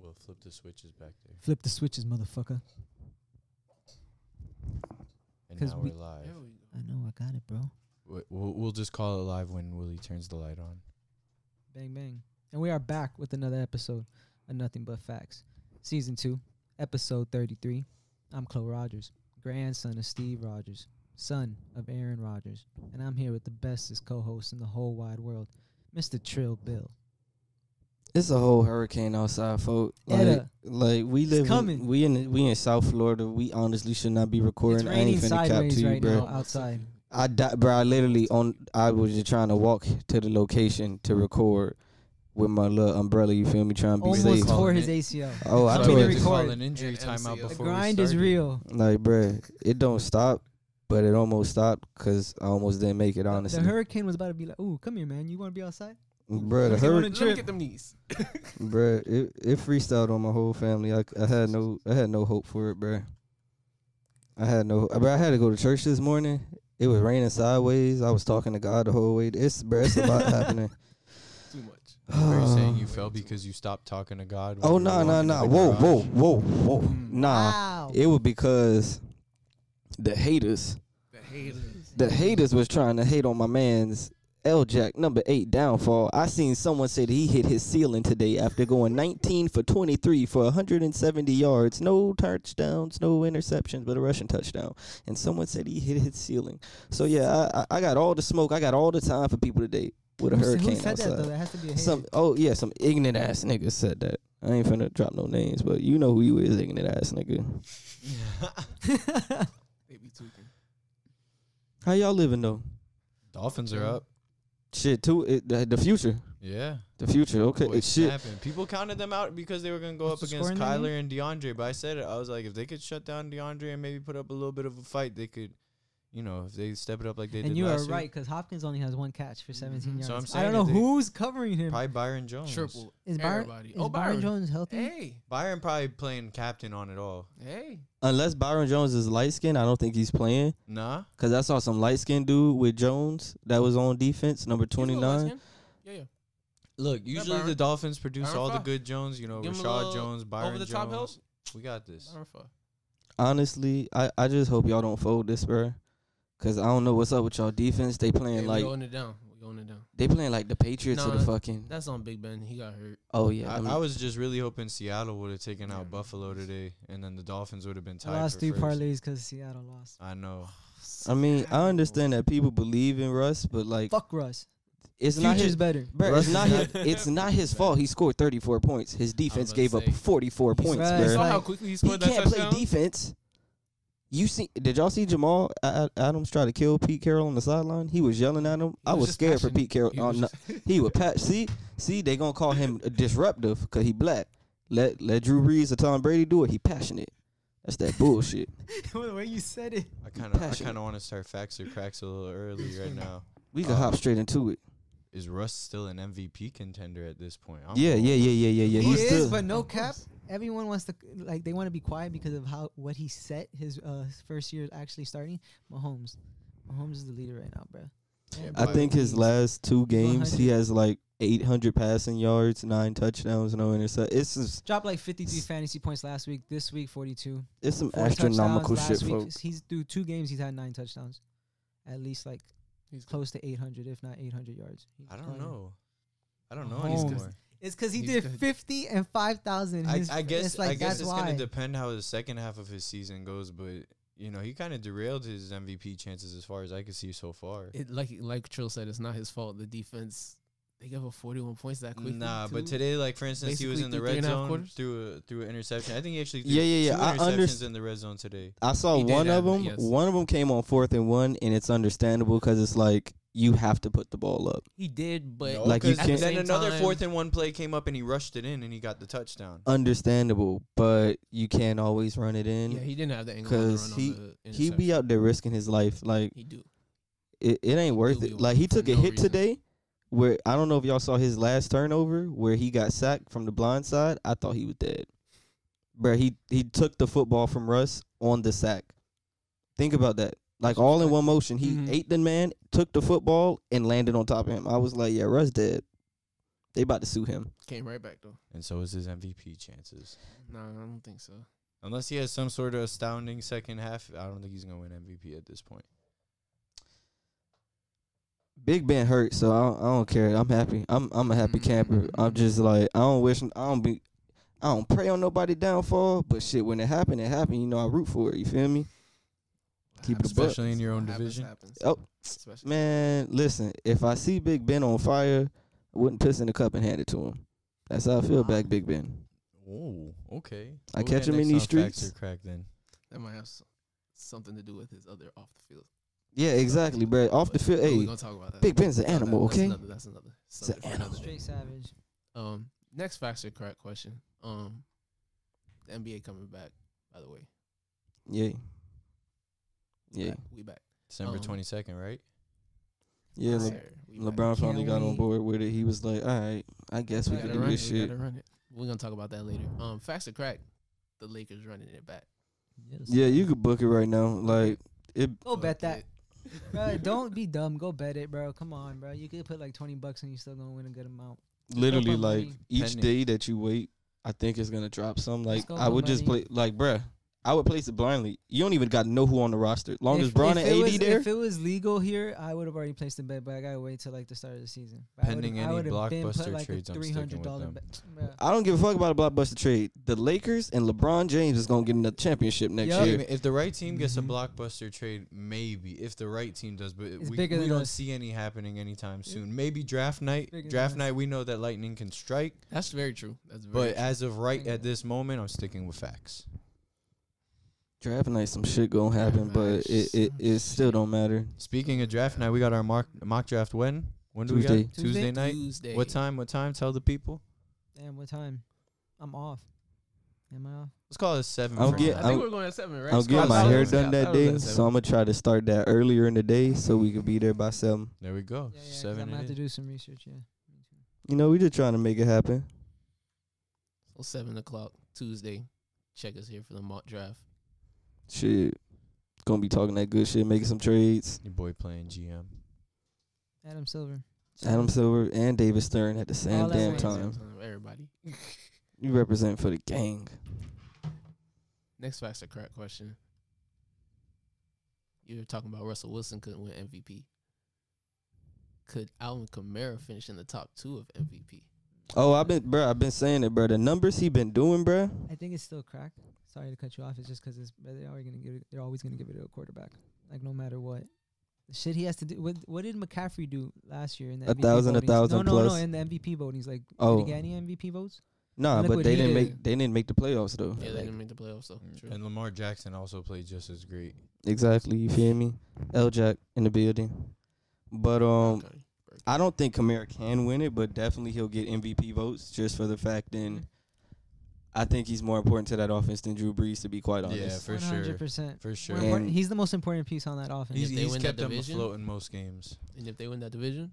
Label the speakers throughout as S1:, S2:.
S1: So flip the switches back there.
S2: Flip the switches, motherfucker.
S1: And
S2: 'Cause
S1: now
S2: we-
S1: we're live.
S3: Yeah, we-
S2: I know, I got it, bro.
S1: We- We'll, we'll just call it live when Willie turns the light on.
S2: Bang bang. And we are back with another episode of Nothing But Facts. Season two, episode thirty three. I'm Chloe Rogers, grandson of Steve Rogers, son of Aaron Rodgers, and I'm here with the bestest co host in the whole wide world, Mr. Trill Bill.
S3: It's a whole hurricane outside, folks. Like,
S2: Etta.
S3: like we live,
S2: coming.
S3: in, we in we in South Florida. We honestly should not be
S2: It's
S3: recording. I
S2: raining
S3: ain't finna cap to
S2: sideways
S3: you,
S2: right
S3: bro.
S2: now outside.
S3: I di- bro. I literally on. I was just trying to walk to the location to record with my little umbrella. You feel me? Trying to be
S2: Almost
S3: safe.
S1: call
S2: tore
S1: it
S2: his
S1: it.
S2: ACL.
S3: Oh, I
S2: So
S1: we need
S2: we
S3: told
S1: to
S2: didn't
S3: you,
S1: call
S2: record.
S1: an injury
S4: And
S1: timeout
S4: MCL.
S2: The
S1: before
S2: grind
S1: we
S2: is
S1: started.
S2: real.
S3: like, bro, it don't stop, but it almost stopped because I almost didn't make it.
S2: The-
S3: Honestly,
S2: The hurricane was about to be like, "Ooh, come here, man. You want to be outside?" Let me get
S3: bro, the
S2: one
S3: hurricane.
S2: of
S4: Let me get them knees.
S3: Bruh, it, it freestyled on my whole family. I, c- I had no I had no hope for it, bruh. I had no bruh, I had to go to church this morning. It was raining sideways. I was talking to God the whole way. It's bruh, it's a lot happening.
S4: Too much.
S1: Are you saying you
S4: Oh.
S1: fell because you stopped talking to God? when
S3: Oh
S1: you were
S3: no no
S1: walking to
S3: no!
S1: the
S3: Whoa
S1: garage?
S3: whoa whoa whoa!
S4: Mm.
S3: Nah,
S2: Wow.
S3: it was because the haters,
S4: The haters.
S3: the haters was trying to hate on my man's L Jack number eight downfall. I seen someone say that he hit his ceiling today after going 19 for 23 for 170 yards, no touchdowns, no interceptions, but a rushing touchdown. And someone said he hit his ceiling. So yeah, I, I, I got all the smoke. I got all the time for people today with a
S2: Who said-
S3: hurricane
S2: Who said
S3: outside.
S2: that though? That has to be a hater.
S3: Some oh yeah, some ignorant ass nigga said that. I ain't finna drop no names, but you know who you is, ignorant ass nigga.
S4: They be tweaking.
S3: How y'all living though?
S1: Dolphins are up.
S3: Shit, too. It, the, the future,
S1: Yeah.
S3: the future. Okay,
S1: Boy,
S3: shit.
S1: snapping. People counted them out because they were going to go
S2: What's
S1: up
S2: the
S1: against
S2: score in that
S1: Kyler and DeAndre. But I said it. I was like, if they could shut down DeAndre and maybe put up a little bit of a fight, they could, you know, if they step it up like they
S2: and
S1: did
S2: you are
S1: last year. Mm-hmm.
S2: right because Hopkins only has one catch for 17
S4: Mhm.
S2: yards.
S1: So I'm
S2: I
S1: saying
S2: don't know
S1: that they-
S2: who's covering him.
S1: Probably Byron
S3: Oh,
S1: Jones.
S4: Triple.
S2: Is Byron,
S4: Everybody.
S2: is
S4: Oh,
S2: Byron
S4: Byron.
S2: Jones healthy?
S4: Hey.
S1: Byron probably playing captain on it all.
S4: Hey.
S3: Unless Byron Jones is light skinned, I don't think he's playing.
S1: Nah.
S3: Cause I saw some light skinned dude with Jones that was on defense, number twenty nine.
S4: Yeah, yeah.
S1: Look, usually
S4: Byron-
S1: the Dolphins produce
S4: Byron
S1: all the
S4: Fox.
S1: good Jones. You know,
S4: Give him a
S1: Rashad
S4: little
S1: Jones, Byron
S4: Over the
S1: Jones.
S4: top help.
S1: We got this.
S4: Byron Fox.
S3: Honestly, I, I just hope y'all don't fold this, bro. Cause I don't know what's up with y'all defense. They
S4: Hey,
S3: playing
S4: we
S3: like
S4: going it down. We going it down.
S3: they playing like the Patriots or the
S4: Nah.
S3: fucking.
S4: That's on Big Ben. He got hurt.
S3: Oh yeah,
S1: I,
S3: I, mean,
S1: I was just really hoping Seattle would have taken out
S4: Yeah.
S1: Buffalo today, and then the Dolphins would have been
S2: I
S1: tied.
S2: lost
S1: for
S2: three
S1: first.
S2: parlays because Seattle lost.
S1: I know.
S3: I mean, I understand that people believe in Russ, but like
S2: Fuck Russ.
S3: it's not
S2: Future's
S3: his.
S2: better.
S3: Bro,
S1: Russ
S3: it's
S1: is
S3: not his.
S1: not-
S3: It's not his fault. He scored thirty four points. His defense
S4: about to
S3: gave up
S4: say,
S3: forty four
S2: he's
S3: points,
S2: right.
S3: bro.
S2: It's
S4: You saw
S2: like-
S4: how quickly he
S3: He
S4: scored
S3: can't
S4: that touchdown.
S3: play defense. You see? Did y'all see Jamal A- A- Adams try to kill Pete Carroll on the sideline? He was yelling at him. I
S4: was
S3: was
S4: just
S3: scared for
S4: passionate.
S3: Pete Carroll.
S4: He
S3: Oh,
S4: was
S3: no. He would patch. See, see, they gonna call him a disruptive because he black. Let let Drew Brees or Tom Brady do it. He passionate. That's that bullshit.
S2: the way you said it.
S1: I kind of, I
S3: passionate.
S1: kind of want to start facts or cracks a little early right now.
S3: We can
S1: Uh,
S3: hop straight into it.
S1: Is Russ still an MVP contender at this point? I'm
S3: Yeah,
S1: all-
S3: yeah, yeah, yeah, yeah, yeah.
S2: he
S3: He's
S2: is,
S3: still.
S2: but no
S4: Of
S2: cap.
S4: course.
S2: Everyone wants to like they want to be quiet because of how what he set his uh, first year actually starting. Mahomes, Mahomes is the leader right now, bro.
S1: Yeah,
S3: I
S1: by
S3: think his
S2: He's-
S3: last two games, he
S2: 100.
S3: has like 800 passing yards, nine touchdowns, no intercept. It's just,
S2: dropped like 53 fantasy points last week. This week 42.
S3: it's some
S2: Four touchdowns
S3: astronomical
S2: last
S3: shit,
S2: week.
S3: folks.
S2: He's through two games. He's had nine touchdowns, at least like
S4: He's good.
S2: close to 800, if not 800 yards. He's
S1: I don't
S2: killing it.
S1: know. I don't know
S2: Mahomes.
S1: anymore.
S2: It's because he
S4: He's
S2: did
S4: good.
S2: 50 and 5,000.
S1: I,
S2: His-
S1: I guess
S2: it's like
S1: I guess
S2: that's
S1: it's
S2: why.
S1: gonna depend how the second half of his season goes, but you know he kind of derailed his MVP chances as far as I can see so far.
S4: It, like like Trill said, it's not his fault. The defense, they gave up 41 points that quickly.
S1: Nah,
S4: too.
S1: but today, like for instance, he was
S4: Basically
S1: in the
S4: threw three
S1: red
S4: and a half
S1: zone
S4: quarters.
S1: through a through an interception. I think he actually threw
S3: Yeah, yeah, yeah.
S1: two
S3: I
S1: interceptions
S3: underst-
S1: in the red zone today.
S3: I saw
S4: He did
S3: one of
S4: have that,
S3: them.
S4: yes.
S3: One of them came on fourth and one, and it's understandable because it's like you have to put the ball up.
S4: he did, but
S1: No,
S3: like, you
S1: 'cause
S3: can't-
S1: Then
S4: At the same
S1: another
S4: time-
S1: fourth and one play came up, and he rushed it in, and he got the touchdown.
S3: Uh, Understandable, but you can't always run it in.
S4: yeah, he didn't have the angle on the
S3: 'cause
S4: run
S3: he-
S4: on the
S3: he be
S4: interception.
S3: out there risking his life. Like
S4: he do.
S3: it, it ain't worth
S4: do
S3: it.
S4: be
S3: Like he
S4: for
S3: took a
S4: no
S3: hit
S4: reason.
S3: today. Where I don't know if y'all saw his last turnover where he got sacked from the blind side. I thought he was dead, Bruh, He he took the football from Russ on the sack. Think about that. Like all in one motion, he
S4: Mhm.
S3: ate the man, took the football, and landed on top of him. I was like, yeah, Russ dead. They about to sue him.
S4: Came right back though.
S1: and so is his MVP chances.
S4: No, I don't think so.
S1: Unless he has some sort of astounding second half, I don't think he's gonna win MVP at this point.
S3: Big Ben hurt, so I don't, I don't care. I'm happy. I'm I'm a happy camper. I'm just like I don't wish I don't be I don't pray on nobody downfall, but shit, when it happened, it happened. You know, I root for it. You feel me, Keep it a buck.
S1: Especially in your own
S4: What happens,
S1: division.
S4: happens.
S3: Oh,
S4: Especially-
S3: man? Listen, if I see Big Ben on fire, I wouldn't piss in the cup and hand it to him. That's how I feel back Big Ben.
S1: Oh, okay.
S3: I
S1: What would
S3: catch
S1: that
S3: him in
S1: next
S3: these
S1: on Facts
S3: streets.
S1: or Crack then.
S4: that might have s- something to do with his other off the field.
S3: Yeah, exactly, bro. Off the
S4: But
S3: field,
S4: we
S3: hey,
S4: gonna talk about that.
S3: Big Ben's an
S4: No, that-
S3: animal,
S4: that's
S3: okay?
S4: Another, that's another. subject for
S3: animal.
S4: another day.
S2: Straight savage.
S4: Um, next facts or correct question. Um, the NBA coming back. By the way,
S3: yeah,
S4: We
S3: yeah,
S4: back, we back.
S1: December
S4: Um,
S1: twenty second, right?
S3: yeah.
S4: Yes,
S3: Le-
S4: sir, we back.
S3: LeBron finally
S2: Can't
S3: got on
S2: wait.
S3: board with it. He was like, all right, I guess we
S4: We
S3: can
S4: gotta
S3: do
S4: run
S3: this
S4: it. We
S3: shit.
S4: gotta run it. We're gonna talk about that later. Um, facts or crack. The Lakers running it back.
S2: Yes.
S3: Yeah, you could book it right now. Like it.
S2: Go bet
S4: Fuck
S2: that. bro, don't be dumb. Go bet it, bro. Come on, bro. You could put like 20 bucks and you're still going to win a good amount.
S3: literally
S2: Go put
S3: like
S2: money.
S3: each
S1: Penny.
S3: day that you wait, I think it's gonna drop some. Like
S2: go
S3: I
S2: put
S3: would just
S2: money.
S3: play like bruh. I would place it blindly. You don't even got to know who on the roster. Long as
S2: If-
S3: Braun
S2: if
S3: and
S2: it
S3: AD
S2: was-
S3: there,
S2: If it was legal here, I would have already placed a bet, but I got to wait till like the start of the season. But I would've-
S1: Pending
S2: I
S1: any
S2: would've been put,
S1: blockbuster
S2: like, a
S1: trades, I'm sticking with
S2: $300
S1: them.
S2: bet. Bruh.
S3: I don't give a fuck about a blockbuster trade. The Lakers and LeBron James is gonna get another championship next
S2: Yup.
S3: year.
S1: Even If the right team gets
S2: Mhm.
S1: a blockbuster trade, maybe. If the right team does, but
S2: It's
S1: we,
S2: bigger
S1: we
S2: than
S1: don't
S2: us.
S1: see any happening anytime soon. Maybe draft night.
S2: bigger than
S1: Draft
S2: us.
S1: night, we know that lightning can strike,
S4: That's very true. That's very.
S1: but
S4: true.
S1: as of right
S2: Yeah.
S1: at this moment, I'm sticking with facts.
S3: Draft night, some shit gonna happen,
S4: Draft night,
S3: but it, it, it still don't matter.
S1: Speaking of draft night, we got our mock mock draft when? When do we
S3: Tuesday.
S1: got? Tuesday,
S2: Tuesday?
S1: night.
S4: Tuesday.
S1: What time? What time? Tell the people.
S2: Damn, what time? I'm off. Am I off?
S1: Let's call it seven.
S3: I'll
S1: for
S3: get-
S1: now.
S4: I think
S3: I'll-
S4: we're going at seven, right?
S3: I'm
S4: It's called
S3: getting my hair
S4: seven.
S3: done
S4: Yeah, I
S3: that
S4: thought it
S3: day,
S4: was at
S3: so I'm gonna try to start that earlier in the day so we can be there by seven.
S1: there we go.
S2: Yeah, yeah. 'cause I'm
S1: seven.
S2: going to have
S1: it
S2: to
S1: is.
S2: do some research, yeah.
S3: You know, we just trying to make it happen.
S4: seven. So seven o'clock Tuesday. Check us here for the mock draft.
S3: Shit, gonna be talking that good shit, making some trades.
S1: Your boy playing GM.
S2: Adam Silver.
S3: Adam Silver and David Stern at the same
S2: All at
S3: damn
S2: once.
S3: time.
S4: Everybody.
S3: You represent for the gang.
S4: Next facts or correct question. You were talking about Russell Wilson couldn't win MVP. Could Alvin Kamara finish in the top two of MVP?
S3: Oh, I've been, bro. I've been saying it, bro. The numbers he been doing, bro.
S2: I think it's still crack. Sorry to cut you off. It's just 'cause it's they're always gonna give it, they're always gonna give it to a quarterback, like no matter what. The shit he has to do. What, what did McCaffrey do last year in the
S3: A
S2: MVP
S3: thousand, a
S2: votings?
S3: thousand
S2: No, no, no.
S3: plus.
S2: In the MVP votings, like did
S3: Oh.
S2: he get any MVP votes?
S3: Nah,
S2: Look
S3: but
S2: what
S3: they
S2: he did.
S3: didn't make they didn't make the playoffs though.
S4: Yeah, they
S3: Like,
S4: didn't make the playoffs, so true.
S1: And Lamar Jackson also played just as great.
S3: exactly. You feel me? L Jack in the building, but um,
S4: Okay.
S3: I don't think Kamara can win it, but definitely he'll get MVP votes just for the fact. And I think he's more important to that offense than Drew Brees, to be quite honest.
S1: Yeah, for
S2: One
S1: sure.
S2: hundred percent.
S1: For sure.
S3: And-
S2: He's the most important piece on that offense.
S1: He's,
S4: if they
S1: he's
S4: win that
S1: kept them
S4: division-
S1: afloat in most games.
S4: And if they win that division,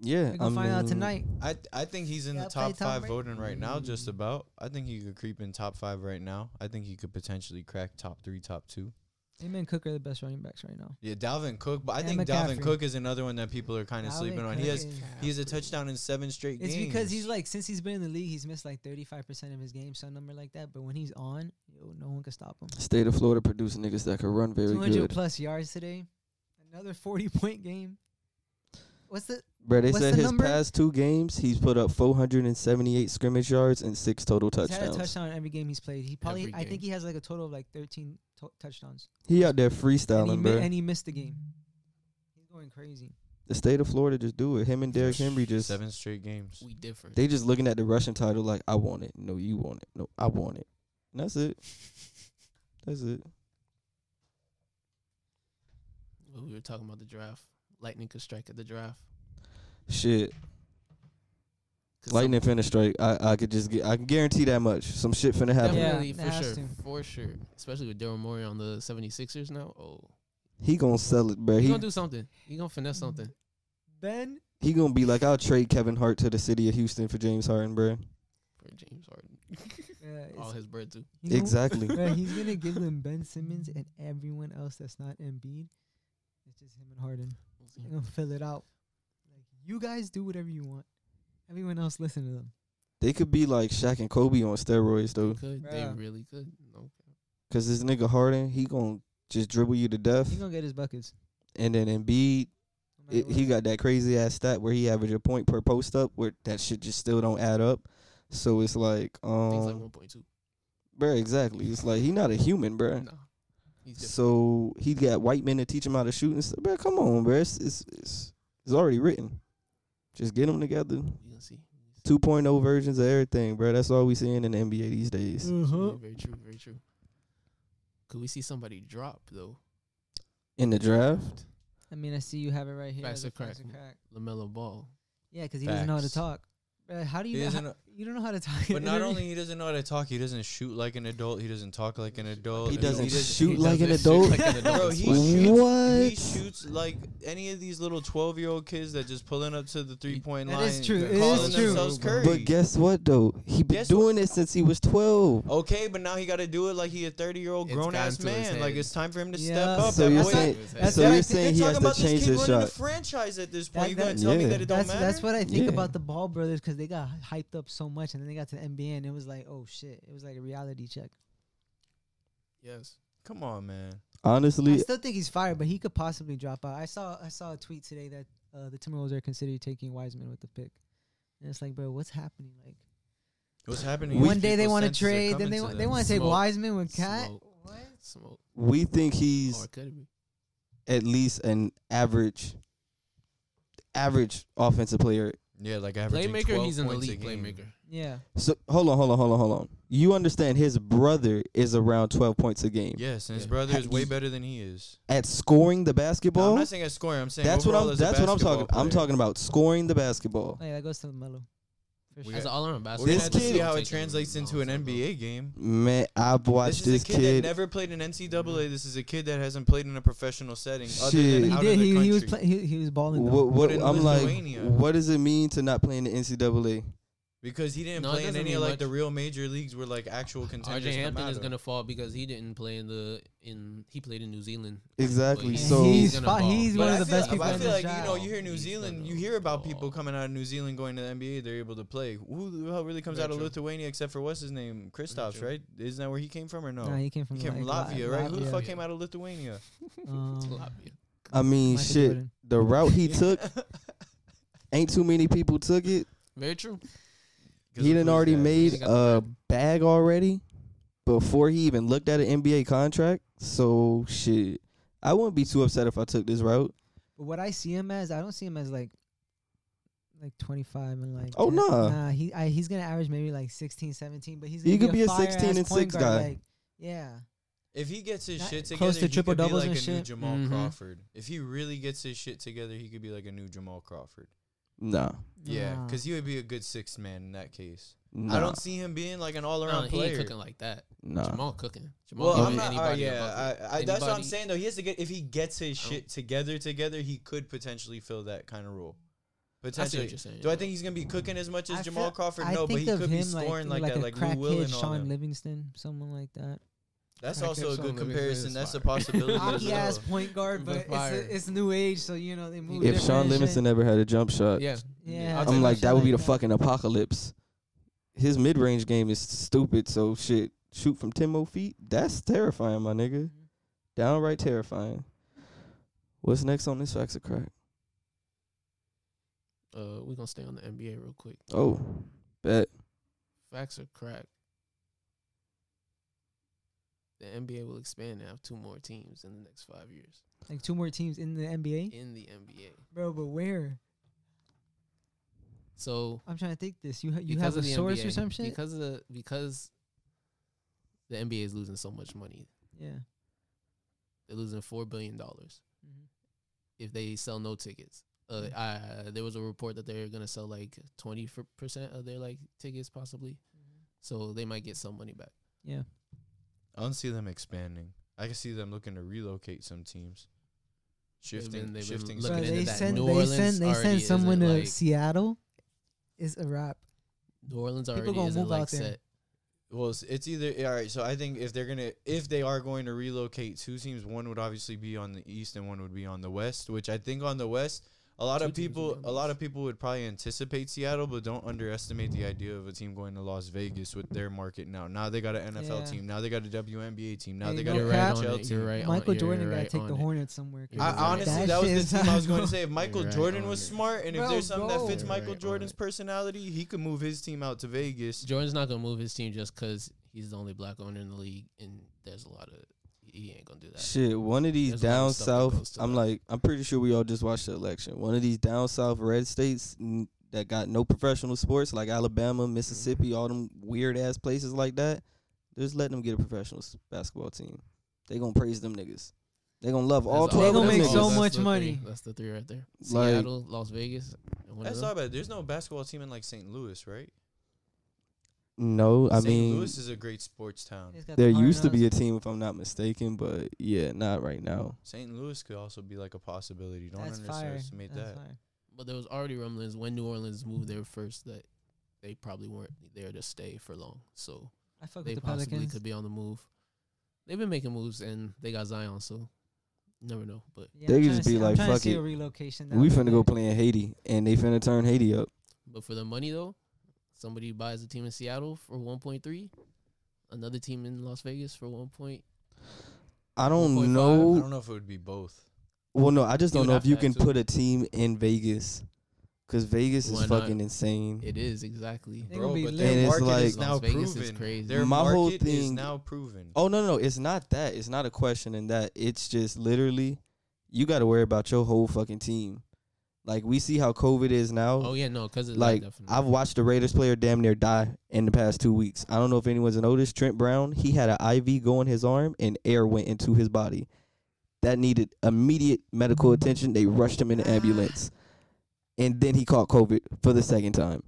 S3: yeah.
S2: We're gonna
S3: I
S2: find out
S3: mean,
S2: tonight.
S1: I I think he's in the
S2: Gotta play
S1: top
S2: Tom
S1: five
S2: Brady.
S1: voting right now, just
S4: Mm.
S1: about. I think he could creep in top five right now. I think he could potentially crack top three, top two.
S2: Him and Cook are the best running backs right now.
S1: Yeah, Dalvin Cook, but I
S2: And
S1: think Dalvin
S2: McCaffrey.
S1: Cook is another one that people are kind of
S2: Dalvin
S1: sleeping on. He
S2: Cook
S1: has
S2: is-
S1: he has a touchdown in seven straight
S2: It's
S1: games.
S2: because he's like since he's been in the league, he's missed like thirty five percent of his games, some number like that. But when he's on, yo, no one can stop him.
S3: State of Florida produce niggas that can run very
S2: Two hundred
S3: good.
S2: plus yards today. Another forty point game. What's the
S3: Bro, they
S2: What's
S3: said
S2: the
S3: his
S2: number?
S3: past two games, he's put up 478 scrimmage yards and six total
S2: He's
S3: touchdowns.
S2: had a touchdown in every game he's played. He probably,
S4: Every
S2: I think
S4: game.
S2: he has like a total of like 13 to- touchdowns.
S3: He out there
S2: And he,
S3: freestyling,
S2: mi-
S3: bro.
S2: and he missed the game. He's going crazy.
S3: The state of Florida just do it. Him and Derrick Henry just
S1: seven straight games.
S4: we different.
S3: they just looking at the Russian title like, I want it. No, you want it. No, I want it. And that's it. That's it.
S4: Well, we were talking about the draft. Lightning could strike at the draft.
S3: Shit.
S4: 'Cause
S3: Lightning finna strike. I, I could just get I can guarantee that much. Some shit finna
S4: some-
S3: happen.
S4: Definitely
S2: Yeah, it
S4: for
S2: has
S4: sure.
S2: to.
S4: For sure. Especially with Daryl Morey on the 76ers now. Oh.
S3: He gonna sell it, bro.
S4: He's
S3: He
S4: gonna do something. He's gonna finesse
S2: Mm-hmm.
S4: something.
S2: Ben,
S3: he gonna be like, I'll trade Kevin Hart to the city of Houston for James Harden, bro.
S4: For James Harden.
S2: uh,
S4: All
S2: is-
S4: his bread too.
S2: you know,
S3: Exactly.
S2: bruh, he's gonna give them Ben Simmons and everyone else that's not Embiid. It's just him and Harden. They're gonna fill it out. Like you guys do whatever you want. Everyone else listen to them.
S3: They could be like Shaq and Kobe on steroids
S4: They
S3: though,
S4: could. They
S2: Bruh.
S4: really could. No.
S3: because this nigga Harden, he gonna just dribble you to death,
S2: He gonna get his buckets.
S3: and then Embiid,
S2: no matter
S3: it, he
S2: what.
S3: got that crazy ass stat where he averaged a point per post up, where that shit just still don't add up. So it's like,
S4: Things like
S3: um,
S4: one point two.
S3: bruh, exactly. It's like he not a human, bruh.
S4: No. He's different.
S3: So he got white men to teach him how to shoot and stuff. Bruh, come on, bruh. It's, it's it's it's already written. Just get them together.
S4: We gonna see. We gonna see.
S3: 2.0 versions of everything, bruh. That's all we seeing in the NBA these days.
S2: Mm. Uh-huh.
S4: Yeah, Very true. Very true. Could we see somebody drop though?
S3: In the draft,
S2: I mean, I see you have it right here.
S4: Facts
S2: as a
S4: are crack.
S2: facts are crack.
S4: Lamelo Ball.
S2: Yeah, because he doesn't know how to
S1: Facts.
S2: talk. Bruh, how do
S1: He
S2: you? Know
S1: doesn't
S2: how,
S1: know-
S2: you don't know how to talk.
S1: But not only he doesn't know how to talk, he doesn't shoot like an adult. He doesn't talk like an adult.
S3: He
S1: I mean,
S3: doesn't shoot
S1: he
S3: like an
S1: doesn't shoot
S3: adult?
S1: like an adult. Bro, he shoots. He
S3: what?
S1: shoots like any of these little twelve-year-old kids that just pulling up to the three-point
S2: That
S1: line.
S2: is true.
S1: and
S2: It is
S1: calling
S2: true.
S1: themselves Curry.
S3: But guess what though? He been
S1: Guess what? Oh,
S3: doing it since he was 12.
S1: Okay, but now he got to do it like he a thirty-year-old
S4: It's
S1: grown-ass
S4: gotten to his
S1: man.
S4: head.
S1: Like it's time for him to
S2: Yeah.
S1: step up.
S3: So
S1: That
S3: you're
S1: boy-
S3: saying-
S2: That's
S3: so
S2: what I
S3: you're
S1: thi- they're
S3: saying he
S1: talking
S3: has to
S1: about this
S3: change
S1: kid
S3: his
S1: running the
S3: shot.
S1: franchise at this
S2: That-
S1: point. You gonna
S2: that-
S1: tell me
S3: Yeah.
S1: that it don't
S2: that's
S1: matter?
S2: that's what I think
S3: Yeah.
S2: about the Ball brothers because they got hyped up so much, and then they got to the NBA, and it was like, oh shit, it was like a reality check.
S4: Yes.
S1: Come on, man.
S2: I
S3: Honestly,
S2: still think he's fired, but he could possibly drop out. I saw I saw a tweet today that uh, the Timberwolves are considering taking Wiseman with the pick, and it's like, bro, what's happening? Like
S1: What's happening?
S2: one day they want to trade, then they wa- they want to take
S4: Smoke.
S2: Wiseman with Cat.
S4: Smoke.
S2: What?
S4: Smoke.
S3: we think
S4: Or
S3: he's
S4: it could be.
S3: at least an average average offensive player.
S1: Yeah, like averaging
S4: Playmaker.
S1: 12
S4: He's an
S1: points a
S4: elite
S1: game.
S4: playmaker.
S2: Yeah,
S3: So hold on, hold on, hold on, hold on. You understand his brother is around 12 points a game.
S1: Yes, and his
S4: Yeah.
S1: brother
S3: Ha-
S1: is way
S3: you-
S1: better than he is.
S3: At scoring the
S1: No,
S3: basketball?
S1: I'm not saying at scoring. I'm saying
S3: that's what
S1: overall
S3: I'm
S1: as a
S3: that's what I'm talking
S1: basketball
S3: I'm
S1: player.
S3: talking about scoring the basketball.
S2: oh, yeah, that goes to Melo. For
S1: We
S2: sure.
S4: As an
S1: got-
S4: all-around basketball.
S1: We're gonna
S3: This
S1: have to see
S3: kid-
S1: how it translates into an NBA game.
S3: Man, I've watched
S1: this is
S3: this,
S1: a kid,
S3: kid.
S1: that never played in
S4: Mm-hmm.
S1: NCAA. This is a kid that hasn't played in a professional setting other
S3: Shit.
S1: than
S2: he
S1: out
S2: did.
S1: of the
S2: He,
S1: country.
S2: he was play, he, he was balling. though.
S3: what, what,
S1: in
S3: I'm like,
S1: Lithuania.
S3: what does it mean to not play in the NCAA?
S1: because he didn't
S4: No, it
S1: play in
S4: doesn't
S1: any
S4: mean
S1: of like
S4: much.
S1: the real major leagues where like actual contenders.
S4: RJ
S1: come
S4: Hampton
S1: out
S4: is
S1: of.
S4: gonna fall because he didn't play in the in. He played in New Zealand.
S3: Exactly.
S2: And
S4: But
S3: So
S2: he's
S4: gonna
S2: fi-
S4: ball.
S2: he's
S1: But
S2: one
S1: I
S2: of the
S1: feel-
S2: best
S1: but
S2: people
S1: I
S2: in
S1: feel
S2: the Uh,
S1: like
S2: draft.
S1: you know you hear New
S4: He's
S1: Zealand,
S4: gonna
S1: you hear about
S4: ball.
S1: people coming out of New Zealand going to the NBA. They're able to play. Who the hell really comes
S4: Very
S1: out of
S4: true.
S1: Lithuania except for what's his name, Kristaps,
S4: true.
S1: right? Isn't that where he came from or no?
S2: Nah, he came
S1: he
S2: from
S1: came from
S2: like,
S1: Latvia, right? Who the
S2: Latvia.
S1: fuck came out of Lithuania?
S2: Um,
S4: Latvia.
S3: I mean,
S2: Michael
S3: shit.
S2: Jordan.
S3: The route he took, ain't too many people took it.
S4: Very true.
S3: He done already made
S4: He's got the
S3: a bag already before he even looked at an NBA contract. So shit, I wouldn't be too upset if I took this route.
S2: But what I see him as, I don't see him as like like 25 and like
S3: Oh,
S2: that.
S3: nah.
S2: Nah, he I, he's going to average maybe like 16, 17, but he's
S3: He
S2: gonna
S3: could be a 16
S2: fire-ass
S3: and
S2: point
S3: 6
S2: guard,
S3: guy.
S2: Like, yeah.
S1: If he gets his
S2: Not-
S1: shit together,
S2: close to
S1: he could be
S2: triple-doubles
S1: like a
S2: and
S1: new
S2: shit.
S1: Jamal
S4: Mhm.
S1: Crawford. If he really gets his shit together, he could be like a new Jamal Crawford.
S3: Nah,
S1: Yeah,
S2: Nah.
S1: because he would be a good sixth man in that case.
S3: nah,
S1: I don't see him being like an all-around
S4: Nah, he ain't
S1: player.
S4: cooking like that.
S3: nah.
S4: Jamal cooking. Jamal
S1: Well, I'm
S4: giving
S1: not. Uh,
S4: anybody a
S1: yeah,
S4: bucket.
S1: I, I, that's what I'm
S4: Anybody-
S1: saying though. He has to get if he gets his
S4: I
S1: shit together. Together, he could potentially fill that kind of role.
S4: I see
S1: Potentially.
S4: what you're saying.
S1: Do I think he's gonna be cooking as much as
S2: I
S1: Jamal
S2: feel-
S1: Crawford?
S2: I
S1: No, but
S2: think
S1: he
S2: of
S1: could be
S2: him,
S1: scoring like, that,
S2: a
S1: like Lou Will
S2: crackhead
S1: and all
S2: Sean
S1: them.
S2: Livingston, someone like that.
S1: That's
S4: Crackhead
S1: also a
S4: Sean
S1: good
S4: Livingston
S1: comparison.
S4: is
S1: That's a
S4: fire.
S1: possibility. as
S2: Hockey ass
S1: well.
S2: point guard,
S4: But
S2: but it's,
S4: fire.
S2: a, it's new age, so you know they move.
S3: If
S2: different
S3: Sean
S2: and shit.
S3: Livingston ever had a jump shot,
S4: Yeah.
S2: Yeah.
S4: I'll
S3: I'm
S4: take
S3: like
S4: that.
S3: that would be the
S2: Like that.
S3: fucking apocalypse. His mid range game is stupid. So shit, shoot from ten more feet. That's terrifying, my nigga. Downright terrifying. What's next on this facts of crack?
S4: Uh, we're gonna stay on the NBA real quick.
S3: Oh, bet.
S4: Facts are crack. The NBA will expand and have two more teams in the next five years
S2: like two more teams in the NBA,
S4: in the NBA.
S2: bro. But where?
S4: So
S2: I'm trying to think this. You ha- you
S4: because
S2: have a
S4: of the
S2: source
S4: NBA,
S2: or some shit?
S4: Because of the because the NBA is losing so much money.
S2: yeah.
S4: They're losing four billion dollars
S2: Mhm.
S4: if they sell no tickets. Uh,
S2: Mm-hmm.
S4: I, there was a report that they're gonna sell like twenty percent of their like tickets possibly, so they might get some money back.
S2: Yeah.
S1: I don't see them expanding. I can see them looking to relocate some teams,
S4: They've
S1: shifting,
S4: been- they've been
S1: shifting.
S4: looking
S2: Bruh,
S1: some-
S4: into
S2: they
S4: that.
S2: send
S4: New
S2: they
S4: Orleans
S2: send they
S4: already
S2: send
S4: isn't,
S2: someone to
S4: like-
S2: Seattle is a wrap.
S4: New Orleans
S2: People
S4: already
S2: gonna
S4: isn't
S2: move
S4: like
S2: out there.
S4: set.
S1: Well, it's, it's either all right. So I think if they're gonna, if they are going to relocate two teams, one would obviously be on the east and one would be on the west. Which I think on the west, a lot
S4: Two
S1: of
S4: teams would
S1: people
S4: be on
S1: a lot
S4: those.
S1: of people would probably anticipate Seattle, but don't underestimate the idea of a team going to Las Vegas with their market now. Now they got an NFL
S2: Yeah.
S1: team. Now they got a WNBA team. Now
S2: Hey,
S1: they
S2: no
S1: got a
S2: cap.
S1: NHL
S4: You're
S1: team.
S4: right on-
S2: Michael
S4: you're
S2: Jordan gotta
S4: right
S2: take the
S4: on it.
S2: Hornets somewhere. 'cause
S4: You're
S1: I,
S4: right.
S1: honestly, that
S2: shit
S1: was
S2: is
S1: the team I was
S2: hot.
S1: going to say. If Michael
S4: right oh,
S1: Jordan
S4: on
S1: was
S4: it.
S1: smart, and if
S2: Bro,
S1: there's something
S2: go.
S1: that fits
S4: You're
S1: Michael
S4: right on
S1: Jordan's
S4: it.
S1: personality, he could move his team out to Vegas.
S4: Jordan's not gonna move his team just because he's the only black owner in the league, and there's a lot of he ain't gonna do that.
S3: Shit, one of these
S4: There's a lot
S3: down
S4: of stuff that goes
S3: south.
S4: to
S3: I'm
S4: that.
S3: like, I'm pretty sure we all just watched the election. One of these down south red states n- that got no professional sports, like Alabama, Mississippi,
S4: Mm-hmm.
S3: all them weird ass places like that. Just let them get a professional s- basketball team. They gonna praise them niggas. They gonna love all
S4: That's
S2: They
S3: twelve.
S2: gonna
S3: of them
S2: make
S3: niggas.
S2: so
S4: That's
S2: much
S4: the
S2: money.
S4: three- That's the three right there.
S3: Like-
S4: Seattle, Las Vegas. and one of
S1: That's
S4: them.
S1: all about it. There's no basketball team in like St. Louis, right?
S3: No, I
S1: St.
S3: mean,
S1: Louis is a great sports town.
S2: It's got the
S3: there
S2: hard
S3: used to be
S2: knocks.
S3: a team, if I'm not mistaken, but yeah, not right now.
S1: St. Louis could also be like a possibility. Don't
S2: That's fire.
S1: underestimate
S2: That's
S1: that.
S2: fire.
S4: But there was already rumblings when New Orleans moved there first that they probably weren't there to stay for long. So
S2: I fuck
S4: they
S2: with the
S4: possibly
S2: Pelicans.
S4: could be on the move. They've been making moves and they got Zion, so never know. But
S2: Yeah,
S3: They
S2: I'm
S3: could
S2: tryna
S3: just be
S2: see- I'm
S3: like,
S2: tryna
S3: fuck
S2: see
S3: it.
S2: a relocation down
S3: We
S2: there.
S3: finna go play in Haiti, and they finna turn Haiti up.
S4: but for the money though, somebody buys a team in Seattle for one point three, another team in Las Vegas for one point.
S3: I don't
S4: 1.5,
S3: know.
S1: I don't know if it would be both.
S3: Well, no, I just
S4: You
S3: don't
S4: would
S3: know
S4: have
S3: if you
S4: to
S3: can
S4: have two.
S3: put a team in Vegas, because Vegas
S4: Why
S3: is
S4: not?
S3: fucking insane.
S4: It is exactly.
S2: They gonna be
S1: but
S2: lit.
S1: their
S3: Mm-hmm. And it's
S1: market is
S3: like-
S1: now
S4: Las Vegas is
S1: proven.
S4: crazy.
S1: Their
S3: My
S1: market
S3: whole
S1: is
S3: thing-
S1: now proven.
S3: oh no, no, it's not that. It's not a question in that. It's just literally, you got to worry about your whole fucking team. Like we see how COVID is now.
S4: Oh yeah, no, because
S3: like I've watched the Raiders player damn near die in the past two weeks. I don't know if anyone's noticed. Trent Brown, he had an IV go in his arm, and air went into his body. That needed immediate medical attention. They rushed him in the ambulance, and then he caught COVID for the second time.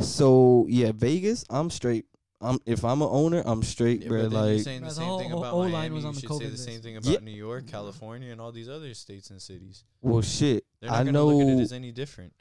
S3: So yeah, Vegas, I'm straight. I'm if I'm a owner, I'm straight,
S1: Yeah,
S3: bro.
S1: but then you're
S3: Like
S1: saying the
S2: Bruh, the
S1: same thing
S2: whole
S1: about
S2: O-line
S1: Miami.
S2: was on
S1: you
S2: the
S1: should say
S2: COVID
S1: the same
S2: list.
S1: thing about
S3: Yeah.
S1: New York, California, and all these other states and cities.
S3: well, shit.
S1: They're not
S3: I
S1: going to look at
S3: know-
S1: it as any different.